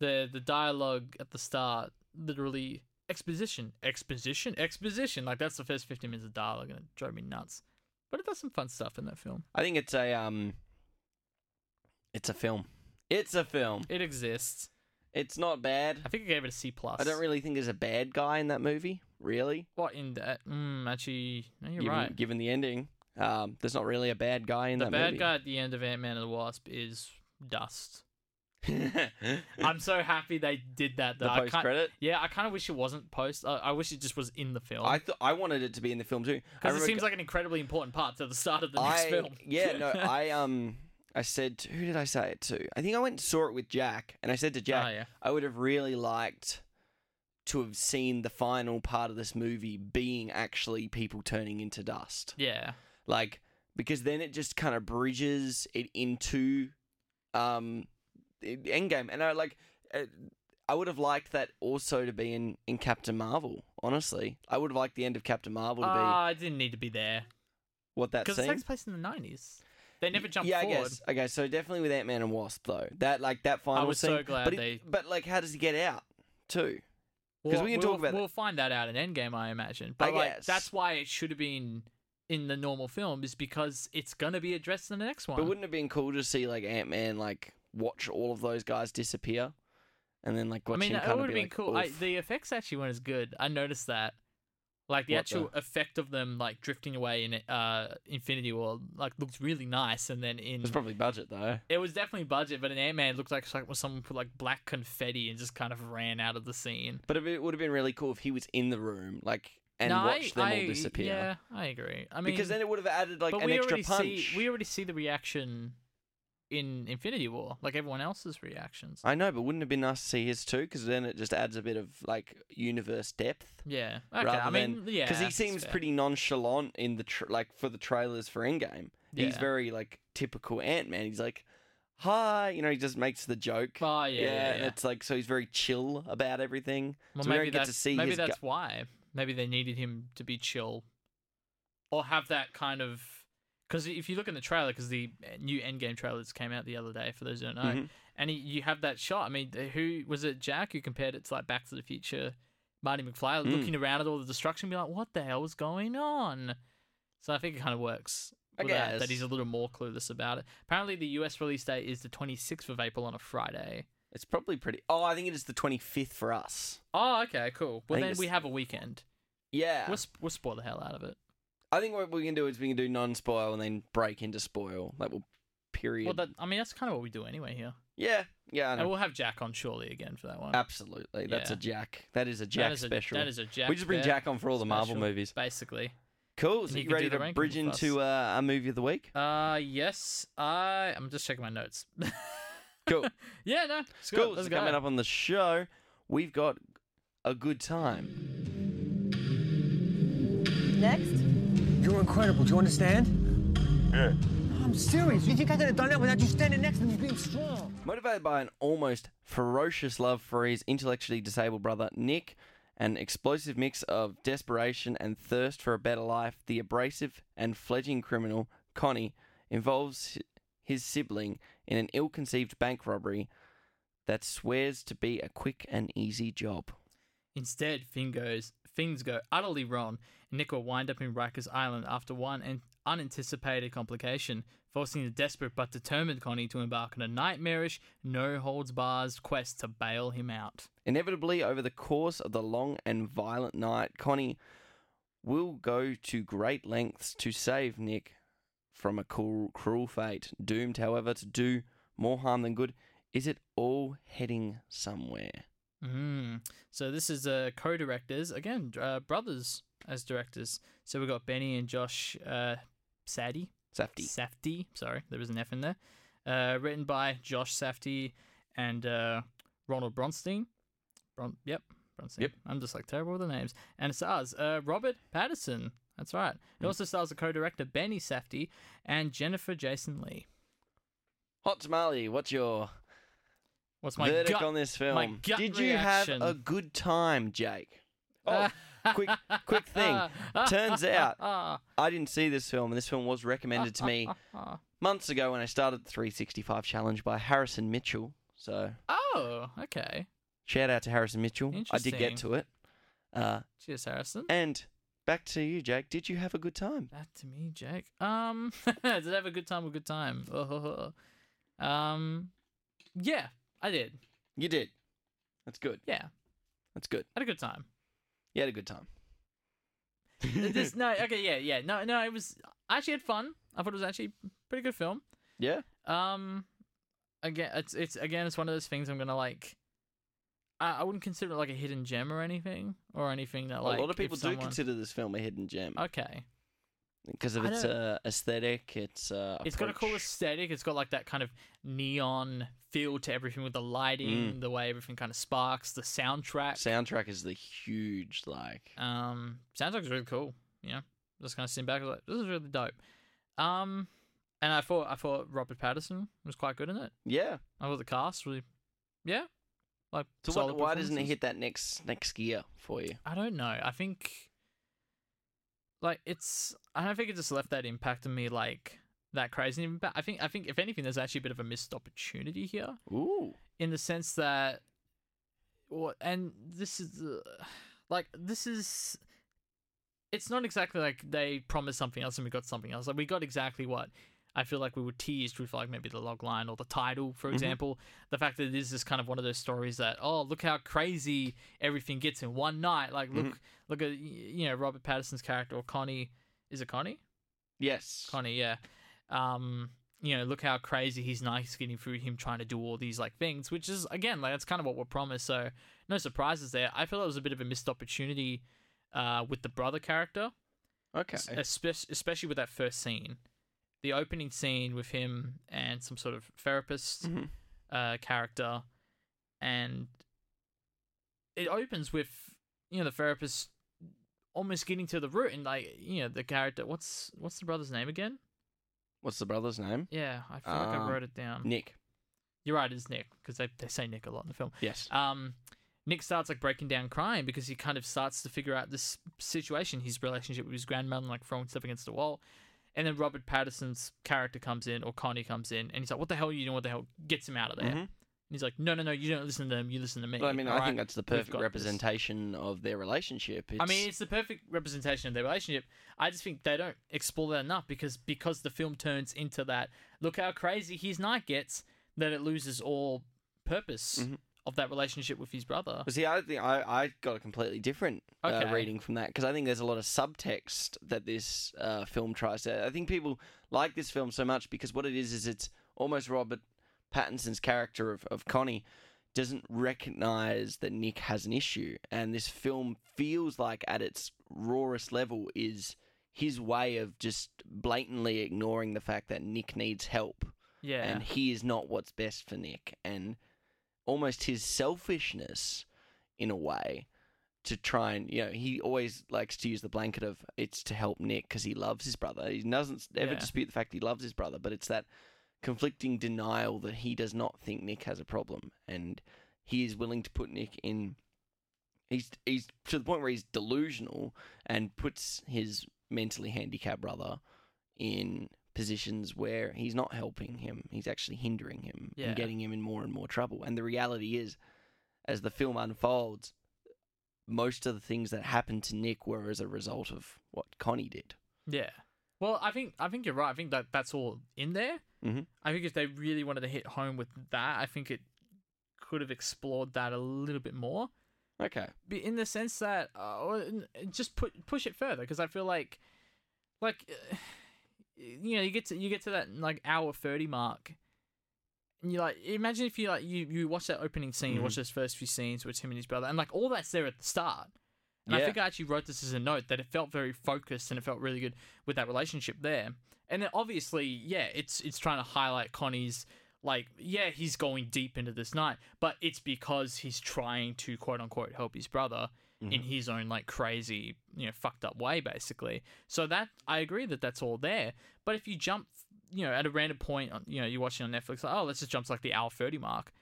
Speaker 2: the the dialogue at the start literally exposition, exposition, exposition. Like that's the first fifteen minutes of dialogue, and it drove me nuts. But it does some fun stuff in that film.
Speaker 1: I think it's a um, it's a film. It's a film.
Speaker 2: It exists.
Speaker 1: It's not bad.
Speaker 2: I think I gave it a C plus.
Speaker 1: I don't really think there's a bad guy in that movie, really.
Speaker 2: What in that? Mm, actually, no, you're
Speaker 1: given,
Speaker 2: right.
Speaker 1: given the ending, um, there's not really a bad guy in
Speaker 2: The
Speaker 1: that
Speaker 2: bad
Speaker 1: movie.
Speaker 2: guy at the end of Ant Man and the Wasp is dust.
Speaker 1: the
Speaker 2: I'm so happy they did that. Though. I
Speaker 1: post
Speaker 2: can't,
Speaker 1: credit.
Speaker 2: yeah, I kind of wish it wasn't post. I, I wish it just was in the film.
Speaker 1: I th- I wanted it to be in the film too. I
Speaker 2: Because it
Speaker 1: remember-
Speaker 2: seems like an incredibly important part to the start of the next
Speaker 1: I,
Speaker 2: film. Oh,
Speaker 1: Yeah, no, I um I said to- who did I say it to? I think I went and saw it with Jack, and I said to Jack,
Speaker 2: Oh, yeah.
Speaker 1: I would have really liked to have seen the final part of this movie being actually people turning into dust.
Speaker 2: Yeah.
Speaker 1: Like because then it just kind of bridges it into um e- Endgame and I like uh, I would have liked that also to be in in Captain Marvel, honestly. I would have liked the end of Captain Marvel to be
Speaker 2: Ah, it didn't need to be there.
Speaker 1: what that
Speaker 2: Because it
Speaker 1: scene.
Speaker 2: takes place in the 90s. They never jump
Speaker 1: yeah,
Speaker 2: forward.
Speaker 1: I guess. Okay, so definitely with Ant Man and Wasp though. That like that final
Speaker 2: I was
Speaker 1: scene.
Speaker 2: so glad
Speaker 1: but, it-
Speaker 2: they.
Speaker 1: but like, how does he get out too? 'cause we can
Speaker 2: we'll,
Speaker 1: talk about that.
Speaker 2: We'll find that out in Endgame, I imagine. But
Speaker 1: I
Speaker 2: like,
Speaker 1: guess.
Speaker 2: that's why it should have been in the normal film, is because it's going to be addressed in the next one.
Speaker 1: But wouldn't it have been cool to see like Ant Man like watch all of those guys disappear, and then like
Speaker 2: I
Speaker 1: watch
Speaker 2: mean,
Speaker 1: him
Speaker 2: it
Speaker 1: kind
Speaker 2: would
Speaker 1: of
Speaker 2: have
Speaker 1: be
Speaker 2: been
Speaker 1: like,
Speaker 2: cool. I,
Speaker 1: "Oof."
Speaker 2: the effects actually weren't as good. I noticed that. Like the
Speaker 1: What the-
Speaker 2: actual effect of them like drifting away in uh Infinity War like looks really nice, and then in
Speaker 1: It was probably budget though.
Speaker 2: It was definitely budget, but an Ant Man looked like so- was someone put like black confetti and just kind of ran out of the scene.
Speaker 1: But it would have been really cool if he was in the room, like, and
Speaker 2: No,
Speaker 1: watched them
Speaker 2: I-
Speaker 1: all disappear.
Speaker 2: Yeah, I agree. I mean,
Speaker 1: because then it would have added like
Speaker 2: but
Speaker 1: an
Speaker 2: we
Speaker 1: extra
Speaker 2: already
Speaker 1: punch.
Speaker 2: see we already see the reaction in Infinity War, like everyone else's reactions.
Speaker 1: I know, but wouldn't it have been nice to see his too? Because then it just adds a bit of like universe depth.
Speaker 2: yeah, okay. I
Speaker 1: rather
Speaker 2: mean, yeah,
Speaker 1: because he
Speaker 2: that's
Speaker 1: seems
Speaker 2: fair.
Speaker 1: pretty nonchalant in the tr like for the trailers for Endgame. He's
Speaker 2: Yeah.
Speaker 1: very like typical Ant Man. He's like, "Hi," you know. He just makes the joke.
Speaker 2: Oh yeah, yeah.
Speaker 1: and
Speaker 2: yeah.
Speaker 1: it's like so he's very chill about everything.
Speaker 2: Well,
Speaker 1: so we
Speaker 2: maybe
Speaker 1: don't get to
Speaker 2: that's
Speaker 1: see
Speaker 2: maybe
Speaker 1: his gu-
Speaker 2: that's why. Maybe they needed him to be chill, or have that kind of. Because if you look in the trailer, because the new Endgame trailers came out the other day, for those who don't know,
Speaker 1: Mhm.
Speaker 2: and he, you have that shot. I mean, th- who was it? Jack who compared it to like Back to the Future, Marty McFly
Speaker 1: Mm.
Speaker 2: looking around at all the destruction, be like, "What the hell was going on?" So I think it kind of works.
Speaker 1: I
Speaker 2: with that,
Speaker 1: guess.
Speaker 2: that he's a little more clueless about it. Apparently, the US release date is the 26th of April on a Friday.
Speaker 1: It's probably pretty. Oh, I think it is the twenty fifth for us.
Speaker 2: Oh, okay, cool. Well,
Speaker 1: think
Speaker 2: then
Speaker 1: it's-
Speaker 2: we have a weekend.
Speaker 1: Yeah,
Speaker 2: We'll, sp- we'll spoil the hell out of it.
Speaker 1: I think what we can do is we can do non spoil and then break into spoil. Like we'll period.
Speaker 2: Well, that I mean, that's kind of what we do anyway here.
Speaker 1: yeah, yeah, I know.
Speaker 2: And we'll have Jack on surely again for that one.
Speaker 1: absolutely. That's
Speaker 2: Yeah.
Speaker 1: a Jack. That is a
Speaker 2: That
Speaker 1: Jack
Speaker 2: is a-
Speaker 1: special.
Speaker 2: that is a Jack.
Speaker 1: we just bring
Speaker 2: bet,
Speaker 1: Jack on for all the Marvel
Speaker 2: special.
Speaker 1: movies.
Speaker 2: basically.
Speaker 1: Cool.
Speaker 2: And
Speaker 1: So
Speaker 2: he
Speaker 1: you
Speaker 2: can do
Speaker 1: ready
Speaker 2: the
Speaker 1: to
Speaker 2: ranking
Speaker 1: bridge
Speaker 2: with us.
Speaker 1: into uh, our movie of the week?
Speaker 2: Uh, yes, I. I'm just checking my notes.
Speaker 1: Cool.
Speaker 2: yeah, no, it's
Speaker 1: Cool.
Speaker 2: good. Let's
Speaker 1: so
Speaker 2: go.
Speaker 1: coming up on the show, we've got a good time.
Speaker 3: Next.
Speaker 4: You're incredible. Do you understand?
Speaker 5: Yeah.
Speaker 4: I'm serious. You think I could have done that without you standing next to me being strong?
Speaker 1: Motivated by an almost ferocious love for his intellectually disabled brother, Nick, an explosive mix of desperation and thirst for a better life, the abrasive and fledging criminal, Connie, involves hi- his sibling in an ill conceived bank robbery that swears to be a quick and easy job.
Speaker 2: Instead, thing goes, things go utterly wrong. Nick will wind up in Rikers Island after one an unanticipated complication, forcing the desperate but determined Connie to embark on a nightmarish, no holds bars quest to bail him out.
Speaker 1: Inevitably, over the course of the long and violent night, Connie will go to great lengths to save Nick from a cruel, cruel fate. Doomed, however, to do more harm than good, is it all heading somewhere?
Speaker 2: Mm. So this is uh, co-directors again, uh, brothers as directors. So we got Benny and Josh uh, Sadie.
Speaker 1: Safety.
Speaker 2: Safdie, sorry, there was an F in there. Uh, written by Josh Safdie and uh, Ronald Bronstein. Bron- yep, Bronstein.
Speaker 1: Yep.
Speaker 2: I'm just like terrible with the names. And it stars uh, Robert Patterson. That's right.
Speaker 1: Mm.
Speaker 2: It also stars the co-director Benny Safdie and Jennifer Jason Lee.
Speaker 1: Hot tamale, what's your
Speaker 2: What's my
Speaker 1: verdict
Speaker 2: gut?
Speaker 1: on this film?
Speaker 2: my gut
Speaker 1: Did you
Speaker 2: reaction.
Speaker 1: have a good time, Jake? Oh, quick, quick thing. Turns out
Speaker 2: Ah,
Speaker 1: I didn't see this film, and this film was recommended to me
Speaker 2: ah.
Speaker 1: months ago when I started the 365 challenge by Harrison Mitchell. So
Speaker 2: Oh, okay.
Speaker 1: shout out to Harrison Mitchell. I did
Speaker 2: Interesting.
Speaker 1: get to it. Uh,
Speaker 2: Cheers, Harrison.
Speaker 1: and back to you, Jake. Did you have a good time?
Speaker 2: Back to me, Jake. Um, did I have a good time? A good time. Oh, um, yeah, I did.
Speaker 1: You did. That's good.
Speaker 2: Yeah,
Speaker 1: That's good.
Speaker 2: had a good time.
Speaker 1: You had a good time.
Speaker 2: This, no, okay, yeah, yeah. No, no, it was. I actually had fun. I thought it was actually a pretty good film.
Speaker 1: yeah.
Speaker 2: Um, again, it's it's again, it's one of those things I'm gonna like. I, I wouldn't consider it like a hidden gem or anything, or anything that like
Speaker 1: a lot of
Speaker 2: if
Speaker 1: people do
Speaker 2: someone-
Speaker 1: consider this film a hidden gem
Speaker 2: Okay,
Speaker 1: because of
Speaker 2: I
Speaker 1: its
Speaker 2: don't-
Speaker 1: uh, aesthetic. It's uh,
Speaker 2: it's got a cool
Speaker 1: approach.
Speaker 2: aesthetic. It's got like that kind of neon feel to everything with the lighting,
Speaker 1: Mm.
Speaker 2: the way everything kind of sparks, the soundtrack.
Speaker 1: soundtrack is the huge like
Speaker 2: Um, soundtrack's really cool. You know, just kind of sitting back, like this is really dope. Um, and I thought I thought Robert Patterson was quite good in it.
Speaker 1: yeah.
Speaker 2: I thought the cast really, yeah, like
Speaker 1: So
Speaker 2: solid
Speaker 1: what, why doesn't it
Speaker 2: performances.
Speaker 1: hit that next next gear for you?
Speaker 2: I don't know. I think, like, it's. I don't think it just left that impact on me like that crazy impact. I think. I think if anything, there's actually a bit of a missed opportunity here
Speaker 1: Ooh,
Speaker 2: in the sense that what and this is uh, like this is it's not exactly like they promised something else and we got something else like we got exactly what i feel like we were teased with like maybe the log line or the title for
Speaker 1: Mhm.
Speaker 2: example the fact that this is kind of one of those stories that oh look how crazy everything gets in one night like look look at y- you know robert patterson's character or connie is it connie
Speaker 1: yes,
Speaker 2: Connie, yeah. Um, you know, look how crazy he's nice getting through him trying to do all these like things, which is again like that's kind of what we're promised. So no surprises there. I feel it was a bit of a missed opportunity uh, with the brother character,
Speaker 1: okay,
Speaker 2: s- espe- especially with that first scene, the opening scene with him and some sort of therapist
Speaker 1: Mhm.
Speaker 2: uh, character, and it opens with you know the therapist almost getting to the root and like you know the character. What's what's the brother's name again?
Speaker 1: What's the brother's name?
Speaker 2: Yeah, I feel like
Speaker 1: Um,
Speaker 2: I wrote it down.
Speaker 1: Nick.
Speaker 2: You're right, it's Nick because they, they say Nick a lot in the film.
Speaker 1: Yes.
Speaker 2: Um, Nick starts like breaking down crying because he kind of starts to figure out this situation, his relationship with his grandmother, and, like throwing stuff against the wall. And then Robert Patterson's character comes in, or Connie comes in, and he's like, "What the hell are you doing? What the hell?" Gets him out of there.
Speaker 1: Mhm.
Speaker 2: And he's like, "No, no, no, you don't listen to them. You listen to me."
Speaker 1: But I mean, I
Speaker 2: alright?"
Speaker 1: think that's the
Speaker 2: We've
Speaker 1: perfect
Speaker 2: got this.
Speaker 1: representation of their relationship. It's,
Speaker 2: I mean, it's the perfect representation of their relationship. I just think they don't explore that enough because because the film turns into that look how crazy his night gets that it loses all purpose
Speaker 1: Mhm.
Speaker 2: of that relationship with his brother.
Speaker 1: Well, See, I think I, I got a completely different
Speaker 2: Okay.
Speaker 1: uh, reading from that because I think there's a lot of subtext that this uh, film tries to. I think people like this film so much because what it is is it's almost Robert Pattinson's character of, of Connie doesn't recognize that Nick has an issue, and this film feels like at its rawest level is his way of just blatantly ignoring the fact that Nick needs help
Speaker 2: Yeah,
Speaker 1: and he is not what's best for Nick, and almost his selfishness, in a way, to try and you know he always likes to use the blanket of it's to help Nick because he loves his brother. He doesn't ever
Speaker 2: Yeah.
Speaker 1: dispute the fact he loves his brother, but it's that conflicting denial that he does not think Nick has a problem, and he is willing to put Nick in. He's he's to the point where he's delusional and puts his mentally handicapped brother in positions where he's not helping him. He's actually hindering him
Speaker 2: Yeah.
Speaker 1: and getting him in more and more trouble. And the reality is, as the film unfolds, most of the things that happened to Nick were as a result of what Connie did.
Speaker 2: yeah. Well, I think I think you're right. I think that that's all in there.
Speaker 1: Mhm.
Speaker 2: I think if they really wanted to hit home with that, I think it could have explored that a little bit more.
Speaker 1: Okay.
Speaker 2: be- in the sense that uh, or n- just put push it further because I feel like like uh, you know you get to you get to that like hour thirty mark. And you like imagine if you like you you watch that opening scene, you watch those first few scenes with him and his brother, and like all that's there at the start. And I
Speaker 1: Yeah.
Speaker 2: think I actually wrote this as a note that it felt very focused and it felt really good with that relationship there. And then obviously, yeah, it's it's trying to highlight Connie's like, yeah, he's going deep into this night, but it's because he's trying to quote unquote help his brother in his own like crazy, you know, fucked up way, basically. So that I agree that that's all there. But if you jump, you know, at a random point, on- you know, you're watching on Netflix, like, oh, let's just jump to like the hour thirty mark.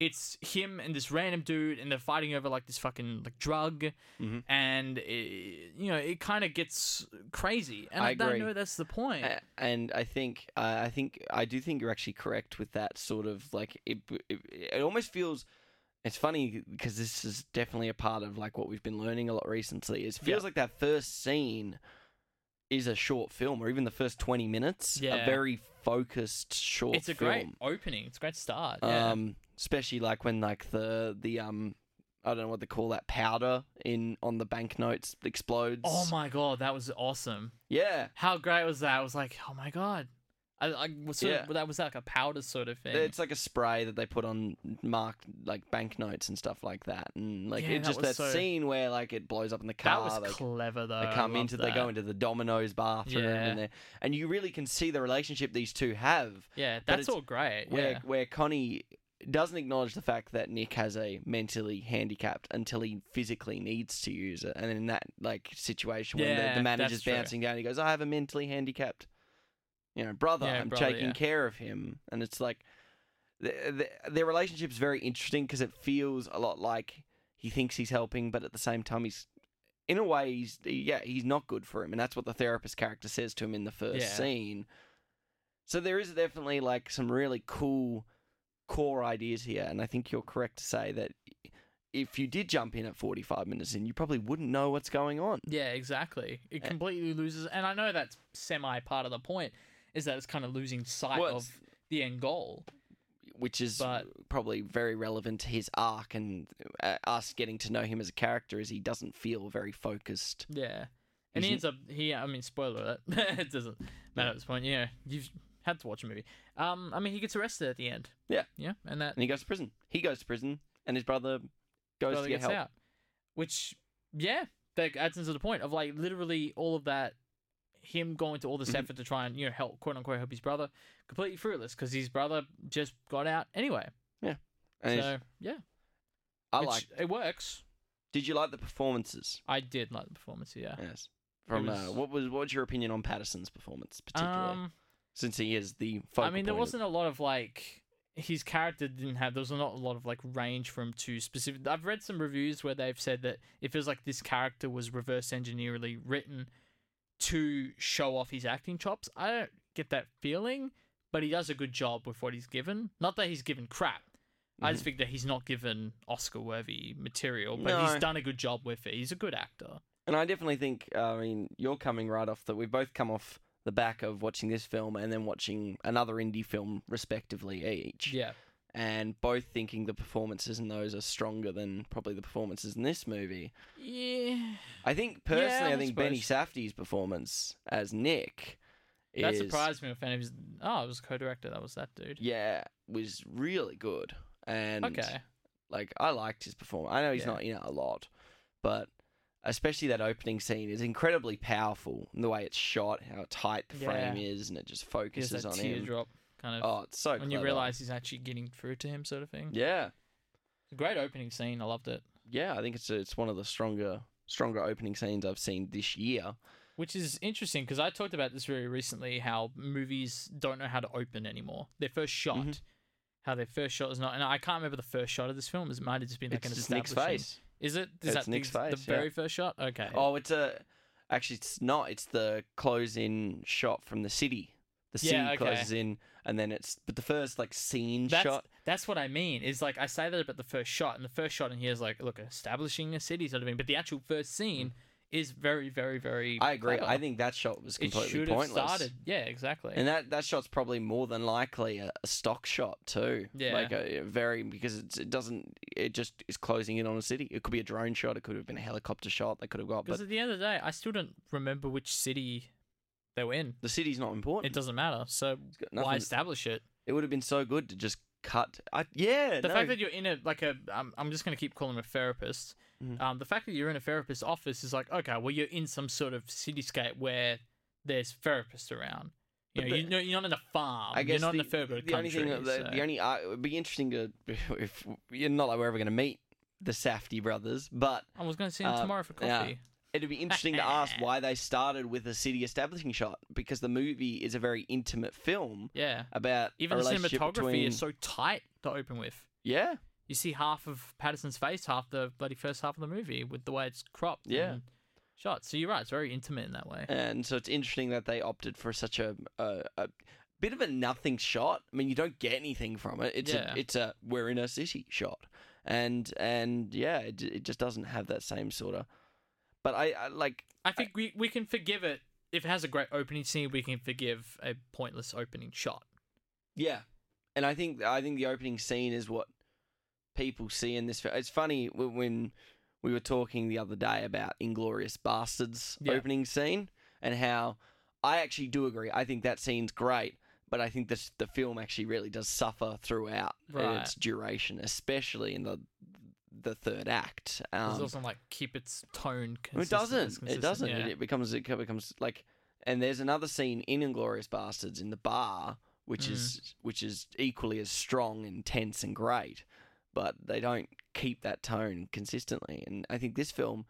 Speaker 2: it's him and this random dude, and they're fighting over like this fucking like drug,
Speaker 1: Mhm.
Speaker 2: and it, you know it kind of gets crazy. And I,
Speaker 1: I
Speaker 2: don't
Speaker 1: agree. Uh,
Speaker 2: know that's the point.
Speaker 1: A- and I think uh, I think I do think you're actually correct with that sort of like it. It, it almost feels. It's funny because this is definitely a part of like what we've been learning a lot recently. It feels
Speaker 2: Yeah.
Speaker 1: like that first scene is a short film, or even the first twenty minutes,
Speaker 2: Yeah.
Speaker 1: a very focused short.
Speaker 2: it's a
Speaker 1: film.
Speaker 2: great opening. It's a great start. Yeah.
Speaker 1: Um, especially like when like the the um, I don't know what they call that powder in on the banknotes explodes.
Speaker 2: oh my god, that was awesome.
Speaker 1: Yeah,
Speaker 2: How great was that? I was like, oh my god. I, I was sort of,
Speaker 1: Yeah.
Speaker 2: that was like a powder sort of thing.
Speaker 1: It's like a spray that they put on marked like banknotes and stuff like that, and like
Speaker 2: Yeah,
Speaker 1: it's
Speaker 2: that
Speaker 1: just
Speaker 2: was
Speaker 1: that
Speaker 2: so-
Speaker 1: scene where like it blows up in the
Speaker 2: that
Speaker 1: car.
Speaker 2: was
Speaker 1: they,
Speaker 2: clever though.
Speaker 1: they
Speaker 2: I
Speaker 1: come
Speaker 2: loved
Speaker 1: into they
Speaker 2: that.
Speaker 1: go into the Domino's bathroom,
Speaker 2: Yeah.
Speaker 1: and they and you really can see the relationship these two have,
Speaker 2: Yeah,
Speaker 1: but
Speaker 2: that's
Speaker 1: it's
Speaker 2: all great.
Speaker 1: where
Speaker 2: yeah.
Speaker 1: where Connie doesn't acknowledge the fact that Nick has a mentally handicapped until he physically needs to use it, and in that like situation when
Speaker 2: Yeah,
Speaker 1: the, the
Speaker 2: that's
Speaker 1: manager's
Speaker 2: true.
Speaker 1: bouncing down, he goes, "I have a mentally handicapped, you know, brother.
Speaker 2: Yeah,
Speaker 1: I'm
Speaker 2: brother,
Speaker 1: taking
Speaker 2: yeah.
Speaker 1: care of him," and it's like th th their relationship's very interesting because it feels a lot like he thinks he's helping, but at the same time he's in a way, he's yeah, he's not good for him, and that's what the therapist character says to him in the first
Speaker 2: Yeah.
Speaker 1: scene. So there is definitely like some really cool core ideas here, and I think you're correct to say that if you did jump in at 45 minutes in, you probably wouldn't know what's going on.
Speaker 2: Yeah, exactly. It
Speaker 1: A-
Speaker 2: completely loses, and I know that's semi part of the point is that it's kind of losing sight
Speaker 1: Well,
Speaker 2: of the end goal.
Speaker 1: which is
Speaker 2: But-
Speaker 1: probably very relevant to his arc and uh, us getting to know him as a character, is he doesn't feel very focused.
Speaker 2: Yeah, and he ends
Speaker 1: Isn't-
Speaker 2: up he. I mean, spoiler alert. it doesn't matter at this point. Yeah, you've had to watch a movie. Um, I mean, he gets arrested at the end.
Speaker 1: Yeah.
Speaker 2: yeah, and that
Speaker 1: And he goes to prison. He goes to prison, and his brother goes
Speaker 2: brother
Speaker 1: to get
Speaker 2: gets
Speaker 1: help.
Speaker 2: out, which yeah, that adds into the point of like literally all of that. Him going to all this
Speaker 1: Mhm.
Speaker 2: effort to try and you know help quote unquote help his brother completely fruitless because his brother just got out anyway.
Speaker 1: And it's-
Speaker 2: so yeah,
Speaker 1: I
Speaker 2: It's-
Speaker 1: like.
Speaker 2: it works.
Speaker 1: Did you like the performances?
Speaker 2: I did like the performance, yeah.
Speaker 1: Yes. From
Speaker 2: was-
Speaker 1: uh, what was what was your opinion on Patterson's performance particularly?
Speaker 2: Um,
Speaker 1: Since he is the focal
Speaker 2: I mean, there
Speaker 1: point of-
Speaker 2: wasn't a lot of like his character didn't have. There was not a lot of like range for him to specific. I've read some reviews where they've said that it feels like this character was reverse engineerily written to show off his acting chops. I don't get that feeling, but he does a good job with what he's given. Not that he's given crap. I
Speaker 1: Mm-hmm.
Speaker 2: just think that he's not given Oscar worthy material, but
Speaker 1: No.
Speaker 2: he's done a good job with it. He's a good actor.
Speaker 1: and I definitely think uh, I mean you're coming right off that we've both come off the back of watching this film and then watching another indie film respectively each,
Speaker 2: Yeah.
Speaker 1: and both thinking the performances in those are stronger than probably the performances in this movie.
Speaker 2: Yeah.
Speaker 1: I think personally, I
Speaker 2: I
Speaker 1: think Benny Safdie's performance as Nick
Speaker 2: That
Speaker 1: is
Speaker 2: surprised me with any of his. Oh, it was co-director. That was that dude.
Speaker 1: yeah was really good and
Speaker 2: okay.
Speaker 1: Like I liked his performance. I know he's
Speaker 2: Yeah.
Speaker 1: not in it a lot, but especially that opening scene is incredibly powerful. in The way it's shot, how tight the frame is, and it just
Speaker 2: Gives
Speaker 1: focuses
Speaker 2: that
Speaker 1: on him.
Speaker 2: teardrop kind of.
Speaker 1: Oh, it's so.
Speaker 2: when you
Speaker 1: clever.
Speaker 2: realize he's actually getting through to him, sort of thing.
Speaker 1: Yeah,
Speaker 2: It's a great opening scene. I loved it.
Speaker 1: yeah. I think it's it's one of the stronger stronger opening scenes I've seen this year.
Speaker 2: Which is interesting because I talked about this very recently. How movies don't know how to open anymore. Their first shot,
Speaker 1: Mhm.
Speaker 2: how their first shot is not. And I can't remember the first shot of this film. It might have just been like
Speaker 1: it's
Speaker 2: an
Speaker 1: just Nick's
Speaker 2: establishing-
Speaker 1: face.
Speaker 2: Is it? Is
Speaker 1: It's
Speaker 2: that the
Speaker 1: Nick's
Speaker 2: ex- the,
Speaker 1: face, yeah.
Speaker 2: very first shot? Okay.
Speaker 1: Oh, it's a. Actually, it's not. It's the close-in shot from the city. The city
Speaker 2: Yeah, okay.
Speaker 1: closes in, and then it's. But the first like scene
Speaker 2: That's,
Speaker 1: shot.
Speaker 2: That's what I mean. Is like I say that about the first shot, and the first shot in here is like, look, establishing a city sort of thing. But the actual first scene is very, very, very.
Speaker 1: Mm. I agree.
Speaker 2: clever.
Speaker 1: I think that shot was
Speaker 2: it
Speaker 1: completely
Speaker 2: should have
Speaker 1: pointless.
Speaker 2: started. Yeah, exactly.
Speaker 1: And that, that shot's probably more than likely a, a stock shot too.
Speaker 2: Yeah.
Speaker 1: like a, a very because it's, it doesn't. It just is closing in on a city. It could be a drone shot. It could have been a helicopter shot. They could have got,
Speaker 2: Because
Speaker 1: but
Speaker 2: at the end of the day, I still don't remember which city they were in.
Speaker 1: the city's not
Speaker 2: It
Speaker 1: important.
Speaker 2: doesn't matter. So
Speaker 1: It's got
Speaker 2: why
Speaker 1: nothing-
Speaker 2: establish it?
Speaker 1: It would have been so good to just cut. I, yeah,
Speaker 2: The
Speaker 1: no,
Speaker 2: fact that you're in a like a, um, I'm just gonna keep calling him a therapist.
Speaker 1: Mhm.
Speaker 2: Um, the fact that you're in a therapist's office is like, okay, well, you're in some sort of cityscape where there's therapists around. You
Speaker 1: But
Speaker 2: know,
Speaker 1: the-
Speaker 2: you know, you're not in a farm.
Speaker 1: I guess
Speaker 2: you're not
Speaker 1: the,
Speaker 2: in a third world
Speaker 1: the only
Speaker 2: country.
Speaker 1: thing, that- the,
Speaker 2: so-
Speaker 1: the only uh, it would be interesting to if you're not like we're ever going to meet the Safety brothers, but
Speaker 2: I was gonna see him
Speaker 1: uh,
Speaker 2: tomorrow for
Speaker 1: yeah.
Speaker 2: coffee.
Speaker 1: it'd be interesting to ask why they started with a city establishing shot because the movie is a very intimate film
Speaker 2: Yeah.
Speaker 1: about
Speaker 2: Even
Speaker 1: a
Speaker 2: the
Speaker 1: relationship
Speaker 2: cinematography
Speaker 1: between
Speaker 2: is so tight to open with.
Speaker 1: yeah
Speaker 2: you see half of Patterson's face, half the bloody first half of the movie with the way it's cropped.
Speaker 1: Yeah.
Speaker 2: and shot. So you're right. It's very intimate in that way.
Speaker 1: And so it's interesting that they opted for such a a, a bit of a nothing shot. I mean, you don't get anything from it. It's
Speaker 2: Yeah.
Speaker 1: a it's a we're in a city shot, and and yeah, it, j- it just doesn't have that same sort of. But I, I like
Speaker 2: I think we, we can forgive it if it has a great opening scene. We can forgive a pointless opening shot.
Speaker 1: yeah, and I think I think the opening scene is what people see in this. fi- It's funny when- when we were talking the other day about Inglorious Bastards
Speaker 2: Yeah.
Speaker 1: opening scene and how I actually do agree. I think that scene's great, but I think this the film actually really does suffer throughout in
Speaker 2: Right.
Speaker 1: its duration, especially in the the third act.
Speaker 2: It
Speaker 1: Um,
Speaker 2: doesn't like keep its tone.
Speaker 1: it
Speaker 2: Consistent. It's
Speaker 1: doesn't. It
Speaker 2: consistent,
Speaker 1: doesn't.
Speaker 2: yeah.
Speaker 1: It, it becomes. It becomes like. And there's another scene in Inglorious Bastards in the bar, which
Speaker 2: Mm.
Speaker 1: is which is equally as strong and tense and great, but they don't keep that tone consistently. And I think this film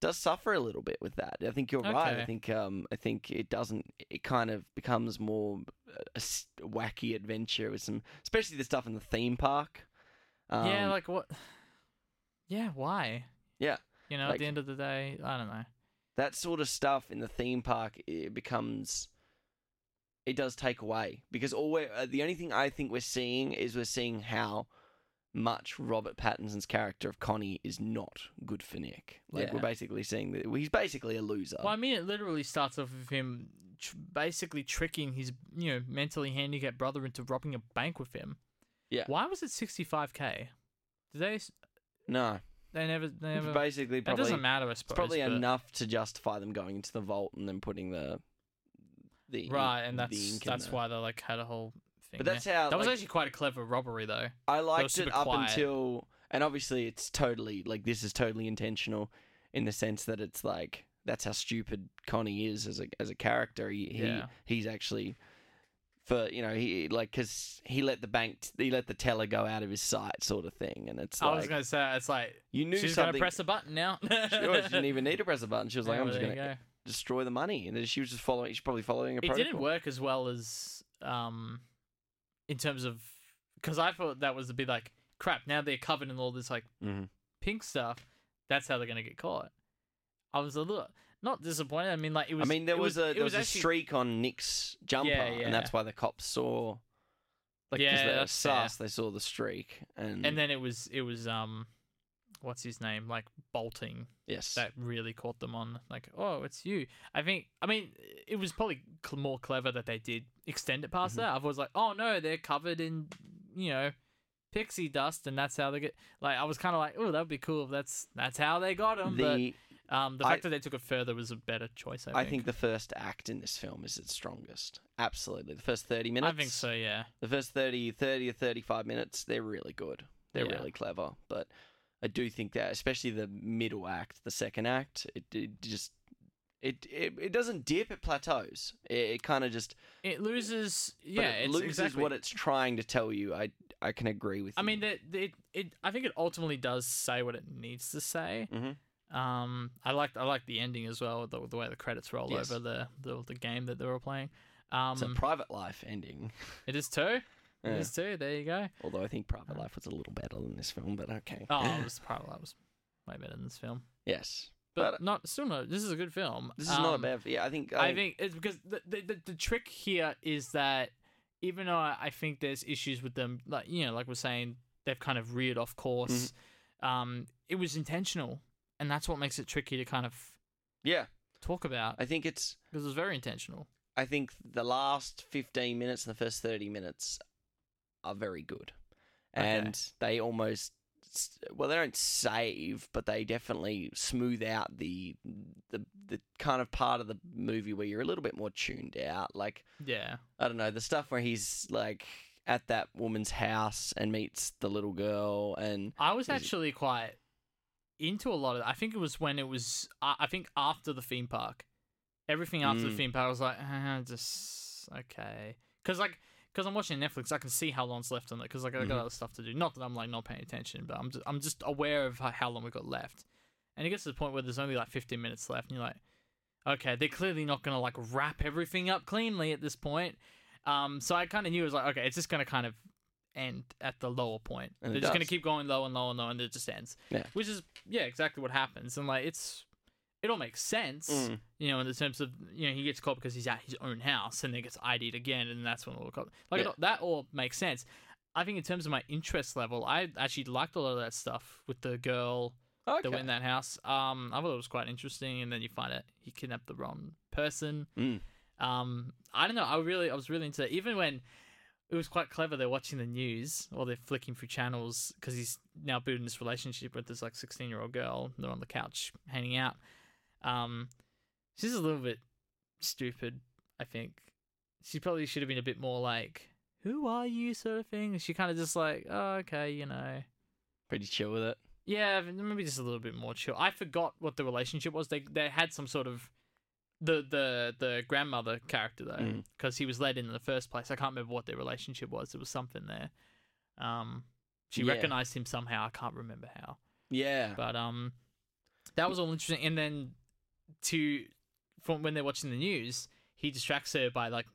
Speaker 1: does suffer a little bit with that. I think you're right. I
Speaker 2: Okay.
Speaker 1: think um I think it doesn't. It kind of becomes more uh, a s- wacky adventure with some, especially the stuff in the theme park. Um,
Speaker 2: yeah, like what? Yeah, why?
Speaker 1: yeah.
Speaker 2: You know,
Speaker 1: Like-
Speaker 2: at the end of the day, I don't know.
Speaker 1: that sort of stuff in the theme park it becomes it does take away because all we're, uh, the only thing I think we're seeing is we're seeing how much Robert Pattinson's character of Connie is not good for Nick. Like
Speaker 2: Yeah.
Speaker 1: we're basically seeing that he's basically a loser.
Speaker 2: Well, I mean, it literally starts off with him tr- basically tricking his, you know, mentally handicapped brother into robbing a bank with him.
Speaker 1: Yeah.
Speaker 2: Why was it 65k? Did they? s-
Speaker 1: no,
Speaker 2: They never. They
Speaker 1: it's
Speaker 2: never.
Speaker 1: basically
Speaker 2: It
Speaker 1: probably
Speaker 2: doesn't matter. I
Speaker 1: it's
Speaker 2: suppose.
Speaker 1: probably
Speaker 2: but-
Speaker 1: enough to justify them going into the vault and then putting the the
Speaker 2: Right, and
Speaker 1: the
Speaker 2: that's
Speaker 1: ink in
Speaker 2: that's
Speaker 1: there.
Speaker 2: why they like had a whole thing.
Speaker 1: But
Speaker 2: there.
Speaker 1: that's how,
Speaker 2: that was
Speaker 1: like-
Speaker 2: actually quite a clever robbery, though.
Speaker 1: I
Speaker 2: was
Speaker 1: liked it
Speaker 2: super
Speaker 1: up
Speaker 2: quiet.
Speaker 1: until, and obviously it's totally like this is totally intentional in the sense that it's like that's how stupid Connie is as a as a character. He, he
Speaker 2: Yeah.
Speaker 1: he's actually for you know he like because he let the bank he let the teller go out of his sight sort of thing, and it's
Speaker 2: I was
Speaker 1: like
Speaker 2: gonna say it's like
Speaker 1: you knew
Speaker 2: she's
Speaker 1: something.
Speaker 2: gonna press a button now.
Speaker 1: she oh, she didn't even need to press a button. She was like,
Speaker 2: Yeah,
Speaker 1: "I'm
Speaker 2: well,
Speaker 1: just
Speaker 2: there
Speaker 1: gonna
Speaker 2: you go.
Speaker 1: destroy the money," and then she was just following. She's probably following a
Speaker 2: It
Speaker 1: protocol.
Speaker 2: didn't work as well as um, in terms of because I thought that was to be like crap. Now they're covered in all this like
Speaker 1: Mhm.
Speaker 2: pink stuff. That's how they're gonna get caught. I was a little not disappointed. I mean, like it
Speaker 1: I
Speaker 2: was.
Speaker 1: mean, there
Speaker 2: it
Speaker 1: was, a
Speaker 2: it
Speaker 1: there was, a
Speaker 2: actually-
Speaker 1: streak on Nick's jumper,
Speaker 2: yeah.
Speaker 1: and that's why the cops saw. Like,
Speaker 2: Yeah,
Speaker 1: because they were
Speaker 2: that's fair.
Speaker 1: sus, they saw the streak, and,
Speaker 2: and then it was it was um, what's his name like bolting
Speaker 1: yes,
Speaker 2: that really caught them on like oh it's you i think i mean it was probably cl- more clever that they did extend it
Speaker 1: Mm-hmm.
Speaker 2: past that i was like oh no they're covered in you know pixie dust and that's how they get like i was kind of like oh that would be cool if that's that's how they got them
Speaker 1: the
Speaker 2: but um the
Speaker 1: I-
Speaker 2: fact that they took it further was a better choice i think
Speaker 1: I think the first act in this film is its strongest. Absolutely, the first thirty minutes.
Speaker 2: I think so yeah
Speaker 1: The first 30, 30 or thirty-five minutes, they're really good. They're
Speaker 2: Yeah.
Speaker 1: really clever, but I do think that, especially the middle act, the second act, it, it just it, it it doesn't dip, it plateaus. It, it kind of just
Speaker 2: it loses
Speaker 1: but
Speaker 2: yeah
Speaker 1: it
Speaker 2: it's
Speaker 1: loses
Speaker 2: exactly
Speaker 1: what it's trying to tell you. I I can agree with.
Speaker 2: I
Speaker 1: you.
Speaker 2: mean, that it, it. I think it ultimately does say what it needs to say.
Speaker 1: Mhm.
Speaker 2: Um, I liked I liked the ending as well, the, the way the credits roll
Speaker 1: Yes.
Speaker 2: over the, the the game that they were playing. Um,
Speaker 1: it's a private life ending.
Speaker 2: it is two.
Speaker 1: Yeah.
Speaker 2: It is two. There you go.
Speaker 1: Although I think private life was a little better than this film, but okay.
Speaker 2: Oh, it was probably that was way better than this film,
Speaker 1: Yes,
Speaker 2: but,
Speaker 1: But- uh,
Speaker 2: not still no. This is a good film.
Speaker 1: this is not a
Speaker 2: Um,
Speaker 1: bad. Yeah, I think.
Speaker 2: I think it's because the, the, the, the trick here is that even though I I think there's issues with them, like you know, like we're saying, they've kind of reared off course. Um, it was intentional, and that's what makes it tricky to kind of
Speaker 1: Yeah,
Speaker 2: talk about
Speaker 1: I think it's.
Speaker 2: because it was very intentional.
Speaker 1: I think the last fifteen minutes and the first thirty minutes are very good,
Speaker 2: Okay.
Speaker 1: and they almost. s- Well, they don't save, but they definitely smooth out the the the kind of part of the movie where you're a little bit more tuned out. Like
Speaker 2: Yeah,
Speaker 1: I don't know, the stuff where he's like at that woman's house and meets the little girl and
Speaker 2: I was
Speaker 1: Is it-
Speaker 2: actually quite into a lot of. I think it was when it was. I I think after the theme park, everything after the
Speaker 1: Mm.
Speaker 2: theme park, I was like, "Ah, just okay, because like. Because I'm watching Netflix, I can see how long's left on it. Because like I got
Speaker 1: Mhm.
Speaker 2: other stuff to do. Not that I'm like not paying attention, but I'm just, I'm just aware of how, how long we got left. And it gets to the point where there's only like 15 minutes left, and you're like, okay, they're clearly not gonna like wrap everything up cleanly at this point. Um, so I kind of knew it was like, okay, it's just gonna kind of end at the lower point.
Speaker 1: And it
Speaker 2: they're just gonna
Speaker 1: does.
Speaker 2: keep going low and low and low, and it just ends.
Speaker 1: Yeah.
Speaker 2: Which is yeah, exactly what happens, and like it's it all makes sense,
Speaker 1: Mm.
Speaker 2: you know, in the terms of you know he gets caught because he's at his own house and then gets ID'd again, and that's when all the cop like
Speaker 1: Yeah.
Speaker 2: that all makes sense. I think in terms of my interest level, I actually liked a lot of that stuff with the girl that went in that house. Um, I thought it was quite interesting, and then you find out he kidnapped the wrong person.
Speaker 1: Mm.
Speaker 2: Um, I don't know. I really, I was really into that. Even when it was quite clever, they're watching the news or they're flicking through channels because he's now building this relationship with this like sixteen-year-old girl. They're on the couch hanging out. Um, she's a little bit stupid. I think she probably should have been a bit more like, "Who are you?" sort of thing. She kind of just like, "Oh, okay, you know."
Speaker 1: Pretty chill with it.
Speaker 2: Yeah, but maybe just a little bit more chill. I forgot what the relationship was. They they had some sort of the the the grandmother character though,
Speaker 1: Mm.
Speaker 2: because he was led in in the first place. I can't remember what their relationship was. There was something there. Um, she
Speaker 1: Yeah.
Speaker 2: recognized him somehow. I can't remember how,
Speaker 1: Yeah.
Speaker 2: but um, that was all interesting. And then to from when they're watching the news, he distracts her by like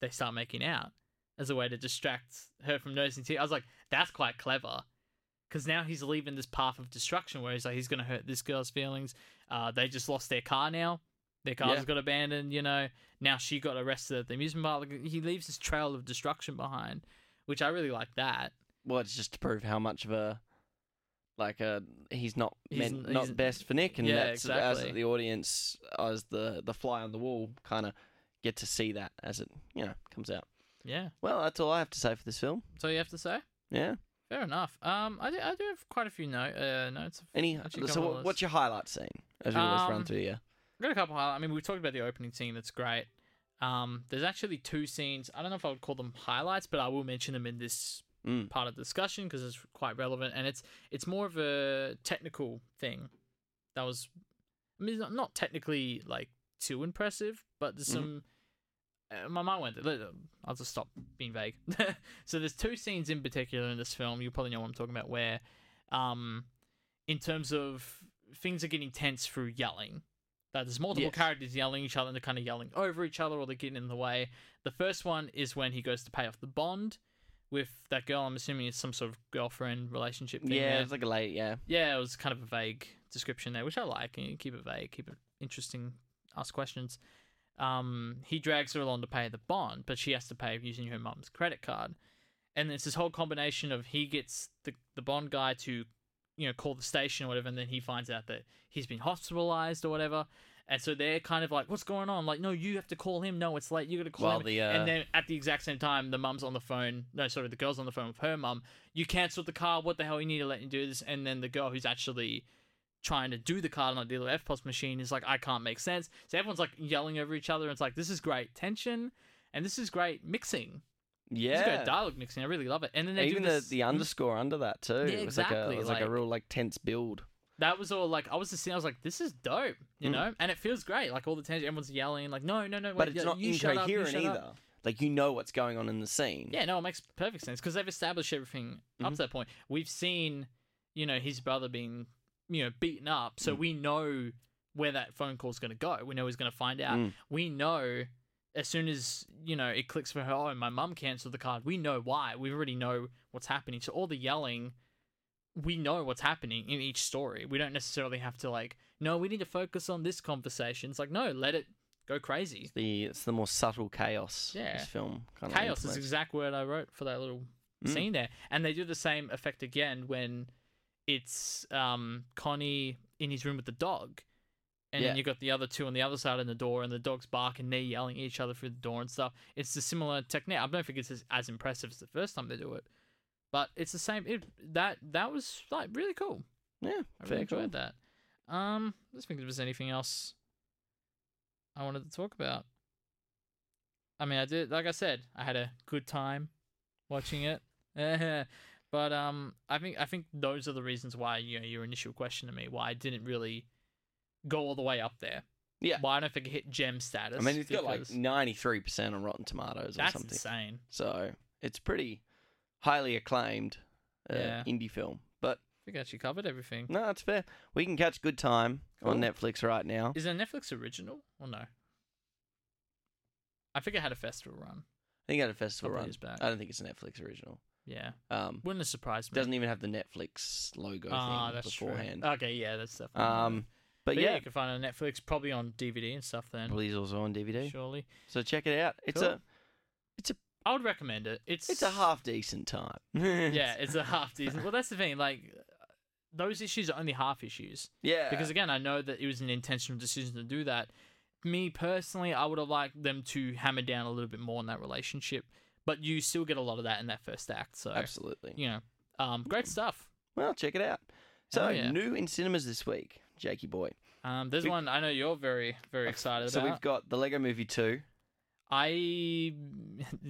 Speaker 2: they start making out as a way to distract her from noticing. Too. I was like, that's quite clever. Because now he's leaving this path of destruction where he's like, he's going to hurt this girl's feelings. Uh, they just lost their car now. Their car
Speaker 1: Yeah.
Speaker 2: has got abandoned, you know. Now she got arrested at the amusement park. Like, he leaves this trail of destruction behind, which I really like that.
Speaker 1: Well, it's just to prove how much of a like a he's not
Speaker 2: He's
Speaker 1: meant
Speaker 2: n-
Speaker 1: not
Speaker 2: he's-
Speaker 1: best for Nick, and
Speaker 2: Yeah,
Speaker 1: that's
Speaker 2: exactly.
Speaker 1: as the audience, as the the fly on the wall, kind of get to see that as it you know comes out.
Speaker 2: Yeah.
Speaker 1: Well, that's all I have to say for this film.
Speaker 2: So you have to say?
Speaker 1: Yeah.
Speaker 2: Fair enough. Um, I do, I do have quite a few no, uh, notes.
Speaker 1: Any
Speaker 2: Actually,
Speaker 1: so
Speaker 2: come on,
Speaker 1: what,
Speaker 2: let's-
Speaker 1: what's your highlight scene as we always
Speaker 2: Um,
Speaker 1: run through? Yeah.
Speaker 2: I've got a couple highlights. I mean, we've talked about the opening scene. That's great. Um, there's actually two scenes. I don't know if I would call them highlights, but I will mention them in this
Speaker 1: Mm.
Speaker 2: part of the discussion because it's quite relevant and it's it's more of a technical thing. That was, I mean, it's not, not technically like too impressive, but there's
Speaker 1: Mhm.
Speaker 2: some. Uh, my mind went. there. I'll just stop being vague. so there's two scenes in particular in this film. You probably know what I'm talking about. Where, um, in terms of things are getting tense through yelling. That there's multiple
Speaker 1: Yes.
Speaker 2: characters yelling at each other and they're kind of yelling over each other or they're getting in the way. The first one is when he goes to pay off the bond with that girl. I'm assuming it's some sort of girlfriend relationship thing.
Speaker 1: Yeah,
Speaker 2: there.
Speaker 1: it's like a late. Yeah.
Speaker 2: Yeah, it was kind of a vague description there, which I like. You keep it vague, keep it interesting, ask questions. Um, he drags her along to pay the bond, but she has to pay using her mum's credit card. And it's this whole combination of he gets the, the bond guy to, you know, call the station or whatever, and then he finds out that he's been hospitalized or whatever. And so they're kind of like, what's going on? Like, no, you have to call him. No, it's late. You got to call
Speaker 1: Well,
Speaker 2: him.
Speaker 1: the, uh,
Speaker 2: And then at the exact same time, the mum's on the phone. No, sorry, the girl's on the phone with her mum you cancelled the card. What the hell? You need to let me do this. And then the girl who's actually trying to do the card on the dealer FPOS machine is like, I can't make sense. So everyone's like yelling over each other. And it's like, this is great tension. And this is great mixing. This is
Speaker 1: Yeah.
Speaker 2: great dialogue mixing. I really love it. And then they
Speaker 1: Even
Speaker 2: do
Speaker 1: the,
Speaker 2: this,
Speaker 1: the underscore under that too.
Speaker 2: Yeah,
Speaker 1: It was like a
Speaker 2: exactly,
Speaker 1: it was like,
Speaker 2: like-
Speaker 1: a real like tense build.
Speaker 2: that was all like I was just seeing. I was like, this is dope, you
Speaker 1: Mm.
Speaker 2: know. And it feels great. Like all the tension. Everyone's yelling. Like no, no, no. Wait,
Speaker 1: but it's
Speaker 2: yeah,
Speaker 1: not
Speaker 2: you shut up, you
Speaker 1: incoherent
Speaker 2: shut up."
Speaker 1: either. Like you know what's going on in the scene.
Speaker 2: Yeah, no, it makes perfect sense because they've established everything up
Speaker 1: Mhm.
Speaker 2: to that point. We've seen, you know, his brother being, you know, beaten up, so we know where that phone call's going to go. We know he's going to find out.
Speaker 1: Mm.
Speaker 2: We know as soon as you know it clicks for her. Oh, my mum cancelled the card. We know why. We already know what's happening. So all the yelling, we know what's happening in each story. We don't necessarily have to like, no, we need to focus on this conversation. It's like, no, let it go crazy.
Speaker 1: The it's the more subtle chaos.
Speaker 2: Yeah.
Speaker 1: This film kind
Speaker 2: Chaos
Speaker 1: of
Speaker 2: is the exact word I wrote for that little scene there. And they do the same effect again when it's um, Connie in his room with the dog. And
Speaker 1: Yeah.
Speaker 2: then you got the other two on the other side of the door, and the dogs bark and they're yelling at each other through the door and stuff. It's a similar technique. I don't think it's as, as impressive as the first time they do it, but it's the same. It, that that was like really cool.
Speaker 1: yeah.
Speaker 2: I
Speaker 1: fair
Speaker 2: really enjoyed
Speaker 1: call.
Speaker 2: that. Um, let's think if there's anything else I wanted to talk about. I mean, I did, like I said, I had a good time watching it. but um, I think I think those are the reasons why you know your initial question to me why I didn't really go all the way up there.
Speaker 1: Yeah.
Speaker 2: Why I don't think it hit gem status.
Speaker 1: I mean, it's got like
Speaker 2: because
Speaker 1: ninety three percent on Rotten Tomatoes or
Speaker 2: that's
Speaker 1: something.
Speaker 2: insane.
Speaker 1: So it's pretty highly acclaimed uh,
Speaker 2: Yeah.
Speaker 1: indie film. But
Speaker 2: I think I actually covered everything.
Speaker 1: no, it's fair. We can catch Good Time on
Speaker 2: Cool.
Speaker 1: Netflix right now.
Speaker 2: Is it a Netflix original or no? I think it had a festival run.
Speaker 1: I think it had a festival
Speaker 2: Couple
Speaker 1: run.
Speaker 2: years back.
Speaker 1: I don't think it's a Netflix original.
Speaker 2: Yeah.
Speaker 1: Um,
Speaker 2: Wouldn't have surprised me.
Speaker 1: doesn't even have the Netflix logo
Speaker 2: Ah,
Speaker 1: thing
Speaker 2: that's
Speaker 1: beforehand.
Speaker 2: true. Okay, yeah, that's definitely.
Speaker 1: Um, but,
Speaker 2: but
Speaker 1: yeah,
Speaker 2: yeah, you can find it on Netflix, probably on DVD and stuff. Then
Speaker 1: probably is also on DVD.
Speaker 2: surely,
Speaker 1: So check it out. It's
Speaker 2: Cool.
Speaker 1: a
Speaker 2: I would recommend it. It's
Speaker 1: it's a half decent time.
Speaker 2: yeah, it's a half decent. Well, that's the thing. Like those issues are only half issues
Speaker 1: yeah.
Speaker 2: because again, I know that it was an intentional decision to do that. Me personally, I would have liked them to hammer down a little bit more on that relationship, but you still get a lot of that in that first act. So
Speaker 1: absolutely.
Speaker 2: you know, um, great stuff.
Speaker 1: Well, check it out. So
Speaker 2: Hell yeah.
Speaker 1: new in cinemas this week, Jakey boy.
Speaker 2: Um, there's
Speaker 1: We- Oh,
Speaker 2: one I know you're very very excited
Speaker 1: So
Speaker 2: about.
Speaker 1: we've got the Lego Movie two.
Speaker 2: I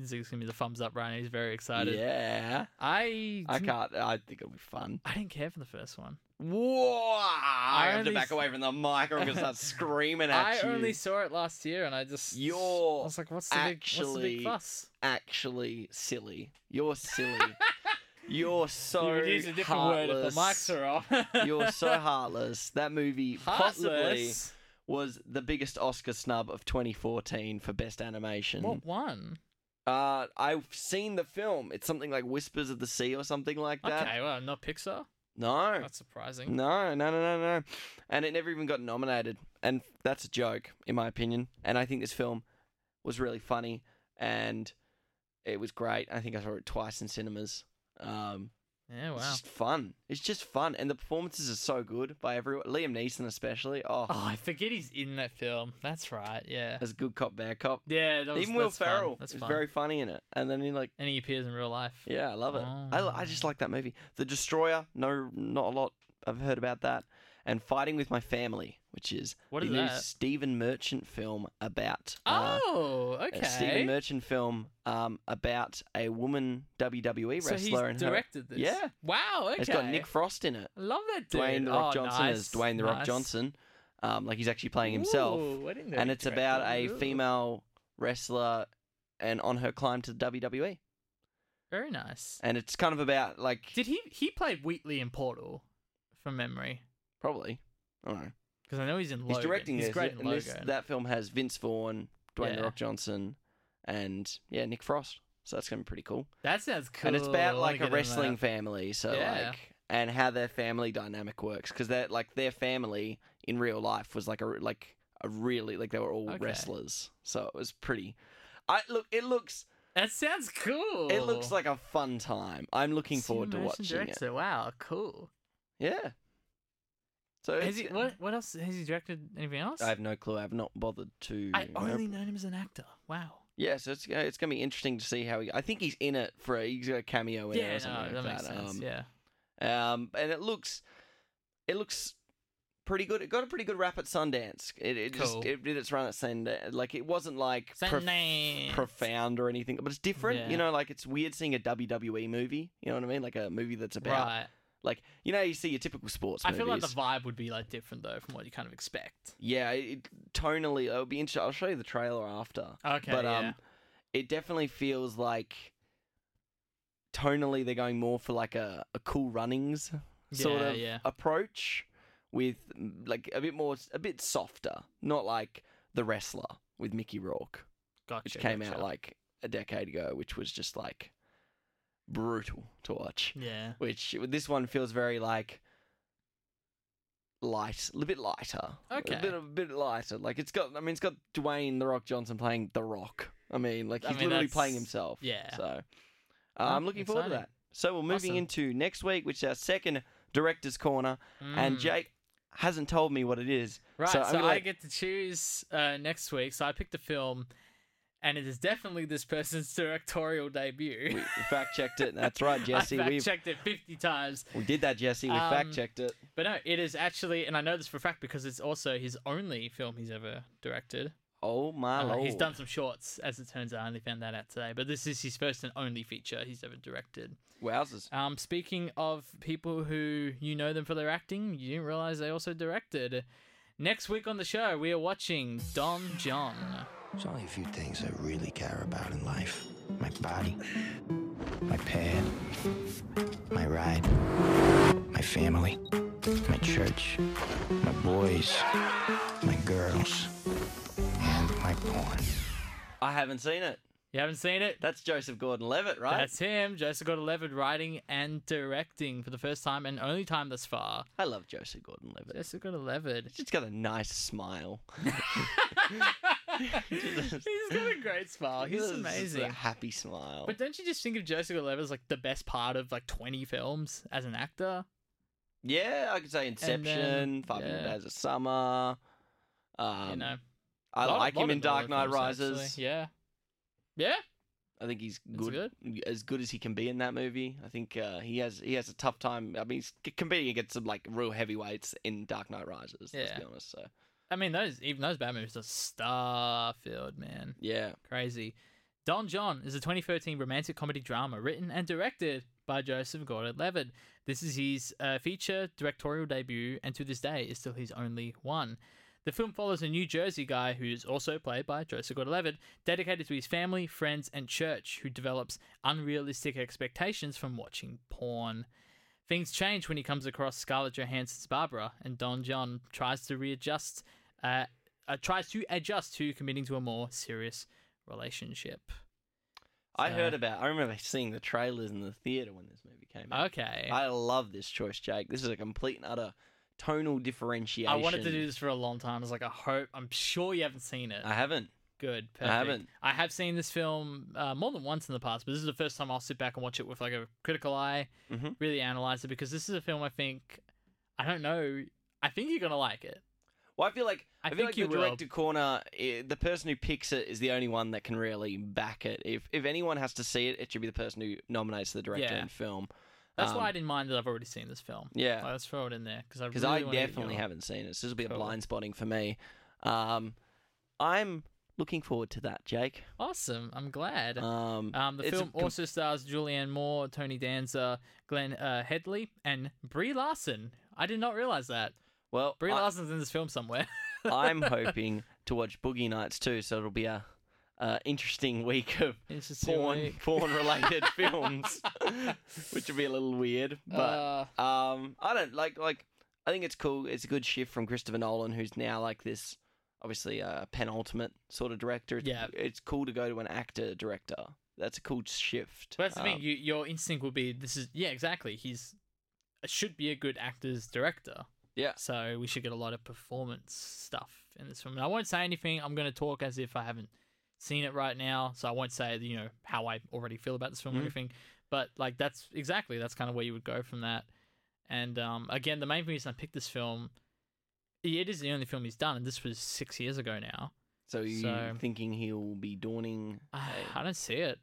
Speaker 2: Zig's gonna be the thumbs up, Ryan. He's very excited. Mm-hmm.
Speaker 1: Yeah.
Speaker 2: I
Speaker 1: I
Speaker 2: didn't-
Speaker 1: can't. I think it'll be fun.
Speaker 2: I didn't care for the first one.
Speaker 1: Whoa! I have to
Speaker 2: only
Speaker 1: back
Speaker 2: s-
Speaker 1: away from the mic or I'm gonna start screaming at
Speaker 2: I
Speaker 1: you.
Speaker 2: only saw it last year, and I just I
Speaker 1: You're
Speaker 2: was like, what's the big what's the big
Speaker 1: actually
Speaker 2: fuss?
Speaker 1: actually silly. You're silly. You're so
Speaker 2: you could use a different
Speaker 1: heartless.
Speaker 2: word if the mics are off.
Speaker 1: You're so heartless. That movie possibly
Speaker 2: Heartless?
Speaker 1: was the biggest Oscar snub of 2014 for best animation.
Speaker 2: What one?
Speaker 1: Uh, I've seen the film. It's something like Whispers of the Sea or something like that.
Speaker 2: Okay, well, not Pixar.
Speaker 1: No.
Speaker 2: That's surprising.
Speaker 1: No, no, no, no, no. And it never even got nominated. And that's a joke, in my opinion. And I think this film was really funny and it was great. I think I saw it twice in cinemas. Um,
Speaker 2: Yeah,
Speaker 1: It's
Speaker 2: wow.
Speaker 1: just fun. It's just fun. And the performances are so good by everyone. Liam Neeson, especially. Oh,
Speaker 2: Oh, I forget he's in that film. That's right. Yeah.
Speaker 1: as good cop, bad cop.
Speaker 2: Yeah. That was,
Speaker 1: Even Will
Speaker 2: that's fun,
Speaker 1: Ferrell
Speaker 2: That's
Speaker 1: is
Speaker 2: fun.
Speaker 1: very funny in it. And then he, like,
Speaker 2: And he appears in real life.
Speaker 1: Yeah, I love it. I, li- I
Speaker 2: Ah.
Speaker 1: just like that movie. The Destroyer, no, not a lot I've heard about that. And Fighting with My Family, which is
Speaker 2: What
Speaker 1: the
Speaker 2: is
Speaker 1: new
Speaker 2: that?
Speaker 1: Stephen Merchant film about. uh,
Speaker 2: Oh,
Speaker 1: a
Speaker 2: okay.
Speaker 1: Stephen Merchant film um, about a woman WWE wrestler
Speaker 2: so he's
Speaker 1: and her.
Speaker 2: directed this.
Speaker 1: Yeah.
Speaker 2: Wow. Okay.
Speaker 1: It's got Nick Frost in it.
Speaker 2: I love that dude.
Speaker 1: Dwayne the Rock
Speaker 2: Oh,
Speaker 1: Johnson
Speaker 2: nice,
Speaker 1: is Dwayne the Rock
Speaker 2: nice.
Speaker 1: Johnson. Um, like he's actually playing himself,
Speaker 2: Ooh, I didn't know
Speaker 1: and
Speaker 2: he
Speaker 1: it's about a
Speaker 2: directed. Ooh.
Speaker 1: female wrestler and on her climb to WWE.
Speaker 2: Very nice.
Speaker 1: And it's kind of about like
Speaker 2: Did he? He played Wheatley in Portal, from memory,
Speaker 1: probably I don't know.
Speaker 2: because I know he's in. Logan.
Speaker 1: He's directing
Speaker 2: He's
Speaker 1: this,
Speaker 2: great in
Speaker 1: and this-
Speaker 2: Logan.
Speaker 1: that film has Vince Vaughn, Dwayne
Speaker 2: Yeah.
Speaker 1: the Rock Johnson, and yeah, Nick Frost. So that's gonna be pretty cool.
Speaker 2: That sounds cool.
Speaker 1: And it's about
Speaker 2: I
Speaker 1: like
Speaker 2: wanna
Speaker 1: a
Speaker 2: get in
Speaker 1: wrestling
Speaker 2: that.
Speaker 1: family, so
Speaker 2: Yeah.
Speaker 1: like and how their family dynamic works because they're like their family in real life was like a like a really like they were all
Speaker 2: Okay.
Speaker 1: wrestlers, so it was pretty. I look, it looks,
Speaker 2: That sounds cool.
Speaker 1: it looks like a fun time. I'm looking forward to watching it.
Speaker 2: Wow, cool.
Speaker 1: Yeah. So
Speaker 2: Has
Speaker 1: it's-
Speaker 2: he, what? What else has he directed? Anything else?
Speaker 1: I have no clue. I've not bothered to.
Speaker 2: I only known him as an actor. Wow.
Speaker 1: Yeah, so it's uh, it's gonna be interesting to see how he. I think he's in it for a, he's got a cameo in it
Speaker 2: Yeah,
Speaker 1: or something
Speaker 2: no, that
Speaker 1: like
Speaker 2: makes
Speaker 1: that.
Speaker 2: sense.
Speaker 1: um,
Speaker 2: yeah.
Speaker 1: um, and it looks, it looks pretty good. It got a pretty good rap at Sundance. It, it
Speaker 2: Cool.
Speaker 1: just it did its run at Sundance. Like it wasn't like prof-
Speaker 2: Sundance.
Speaker 1: profound or anything, but it's different.
Speaker 2: Yeah.
Speaker 1: You know, like it's weird seeing a WWE movie. You know what I mean? Like a movie that's about
Speaker 2: right.
Speaker 1: like you know you see your typical sports.
Speaker 2: I feel like the
Speaker 1: movies.
Speaker 2: vibe would be like different though from what you kind of expect.
Speaker 1: yeah, it, tonally it'll be interesting. I'll show you the trailer after.
Speaker 2: Okay.
Speaker 1: but
Speaker 2: yeah.
Speaker 1: um, it definitely feels like tonally they're going more for like a, a cool runnings sort
Speaker 2: Yeah,
Speaker 1: of
Speaker 2: yeah.
Speaker 1: approach with mm, like a bit more a bit softer, not like the wrestler with Mickey Rourke,
Speaker 2: gotcha,
Speaker 1: which came out
Speaker 2: gotcha.
Speaker 1: like a decade ago, which was just like brutal to watch.
Speaker 2: Yeah.
Speaker 1: Which this one feels very like light, a little bit lighter.
Speaker 2: Okay.
Speaker 1: A bit, a bit lighter. Like it's got, I mean, it's got Dwayne the Rock Johnson playing the Rock. I mean, like
Speaker 2: I
Speaker 1: he's
Speaker 2: mean,
Speaker 1: literally
Speaker 2: that's-
Speaker 1: playing himself.
Speaker 2: yeah.
Speaker 1: So uh, I'm
Speaker 2: Oh,
Speaker 1: looking forward to
Speaker 2: exciting.
Speaker 1: that. So we're moving
Speaker 2: Awesome.
Speaker 1: into next week, which is our second director's corner, and
Speaker 2: Mm.
Speaker 1: Jake hasn't told me what it is.
Speaker 2: Right,
Speaker 1: so
Speaker 2: so,
Speaker 1: I'm gonna
Speaker 2: I
Speaker 1: let-
Speaker 2: get to choose uh, next week. So I picked a film, and it is definitely this person's directorial debut.
Speaker 1: We fact checked it. That's right, Jesse.
Speaker 2: I
Speaker 1: We
Speaker 2: fact checked it 50 times.
Speaker 1: we did that, Jesse. We fact
Speaker 2: Um,
Speaker 1: checked it.
Speaker 2: But no, it is actually, and I know this for a fact because it's also his only film he's ever directed.
Speaker 1: Oh my
Speaker 2: Uh,
Speaker 1: lord!
Speaker 2: he's done some shorts, as it turns out. I only found that out today. But this is his first and only feature he's ever directed.
Speaker 1: Wowzers!
Speaker 2: Um, speaking of people who you know them for their acting, you didn't realize they also directed. Next week on the show, we are watching Don John.
Speaker 3: There's only a few things I really care about in life my body, my pad, my ride, my family, my church, my boys, my girls, and my porn.
Speaker 1: I haven't seen it.
Speaker 2: You haven't seen it?
Speaker 1: That's Joseph Gordon-Levitt, right?
Speaker 2: That's him, Joseph Gordon-Levitt, writing and directing for the first time and only time thus far.
Speaker 1: I love Joseph Gordon-Levitt.
Speaker 2: Joseph Gordon-Levitt.
Speaker 1: He's just got a nice smile.
Speaker 2: He's got a great smile. He's
Speaker 1: This is A
Speaker 2: amazing.
Speaker 1: happy smile.
Speaker 2: But don't you just think of Joseph Gordon-Levitt as like the best part of like 20 films as an actor?
Speaker 1: yeah, I could say
Speaker 2: then-
Speaker 1: Inception, Five Hundred
Speaker 2: yeah.
Speaker 1: Days of Summer. Um,
Speaker 2: you know,
Speaker 1: I
Speaker 2: Lot-
Speaker 1: like
Speaker 2: lot
Speaker 1: him
Speaker 2: of
Speaker 1: in Dark
Speaker 2: Nolan
Speaker 1: Knight
Speaker 2: films, actually.
Speaker 1: Rises.
Speaker 2: Yeah, yeah.
Speaker 1: I think he's
Speaker 2: It's
Speaker 1: good, as good as he can be in that movie. I think uh, he has he has a tough time. I mean, he's c- competing against some like real heavyweights in Dark Knight Rises. Let's
Speaker 2: Yeah.
Speaker 1: be honest. So
Speaker 2: I mean, those even those Batman movies are star-filled, man.
Speaker 1: yeah,
Speaker 2: Crazy. Don John is a 2013 romantic comedy drama written and directed by Joseph Gordon-Levitt. This is his uh, feature directorial debut, and to this day is still his only one. The film follows a New Jersey guy who is also played by Joseph Gordon-Levitt, dedicated to his family, friends, and church, who develops unrealistic expectations from watching porn. Things change when he comes across Scarlett Johansson's Barbara, and Don John tries to readjust, uh, uh, tries to adjust to committing to a more serious relationship.
Speaker 1: I
Speaker 2: So-
Speaker 1: heard about. I remember seeing the trailers in the theater when this movie came out.
Speaker 2: Okay, I,
Speaker 1: Mm. I love this choice, Jake. This is a complete and utter tonal differentiation.
Speaker 2: wanted to do this for a long time. I was like, I hope, I'm sure you haven't seen it.
Speaker 1: I haven't.
Speaker 2: Good,
Speaker 1: I
Speaker 2: perfect.
Speaker 1: haven't.
Speaker 2: I have seen this film uh, more than once in the past, but this is the first time I'll sit back and watch it with like a critical eye,
Speaker 1: Mhm.
Speaker 2: really analyze it because this is a film I think, I don't know, I think you're gonna like it.
Speaker 1: Well, I feel like
Speaker 2: I
Speaker 1: I, feel
Speaker 2: think
Speaker 1: like
Speaker 2: you
Speaker 1: the
Speaker 2: will.
Speaker 1: director corner, eh, the person who picks it is the only one that can really back it. If if anyone has to see it, it should be the person who nominates the director
Speaker 2: Yeah.
Speaker 1: and film.
Speaker 2: That's
Speaker 1: Um,
Speaker 2: why I didn't mind that I've already seen this film.
Speaker 1: Yeah.
Speaker 2: Like, let's throw it in there because I
Speaker 1: because
Speaker 2: really
Speaker 1: I
Speaker 2: wanna get
Speaker 1: definitely
Speaker 2: your-
Speaker 1: haven't seen it. So this will be a
Speaker 2: Cool.
Speaker 1: blind spotting for me. Um, I'm looking forward to that, Jake.
Speaker 2: Awesome, I'm glad.
Speaker 1: Um,
Speaker 2: Um, the
Speaker 1: it's a
Speaker 2: film
Speaker 1: com-
Speaker 2: also stars Julianne Moore, Tony Danza, Glenn uh, Headley, and Brie Larson. I did not realize that
Speaker 1: well,
Speaker 2: Brie
Speaker 1: I,
Speaker 2: Larson's in this film somewhere.
Speaker 1: I'm hoping to watch Boogie Nights too, so it'll be a uh, interesting week of
Speaker 2: Interesting.
Speaker 1: porn
Speaker 2: week.
Speaker 1: porn related films, which will be a little weird, but.
Speaker 2: Uh,
Speaker 1: Um, I don't like like I think it's cool. It's a good shift from Christopher Nolan, who's now like this obviously uh, penultimate sort of director. It's,
Speaker 2: Yeah.
Speaker 1: it's cool to go to an actor director. That's a cool shift.
Speaker 2: but that's the thing.
Speaker 1: Um,
Speaker 2: You, your instinct will be this is yeah exactly. He's should be a good actor's director.
Speaker 1: Yeah.
Speaker 2: So we should get a lot of performance stuff in this film. And I won't say anything. I'm going to talk as if I haven't seen it right now. So I won't say you know how I already feel about this film or
Speaker 1: Mhm.
Speaker 2: anything. But like that's exactly that's kind of where you would go from that. And um, again, the main reason I picked this film, it is the only film he's done, and this was six years ago now.
Speaker 1: so you
Speaker 2: so-
Speaker 1: thinking he'll be dawning?
Speaker 2: I don't see it.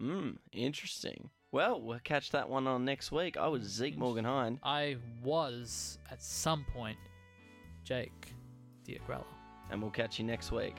Speaker 1: Mm, interesting. Well, we'll catch that one on next week. I was Zeke Morgan Hine.
Speaker 2: I was at some point Jake Diagrella.
Speaker 1: and we'll catch you next week.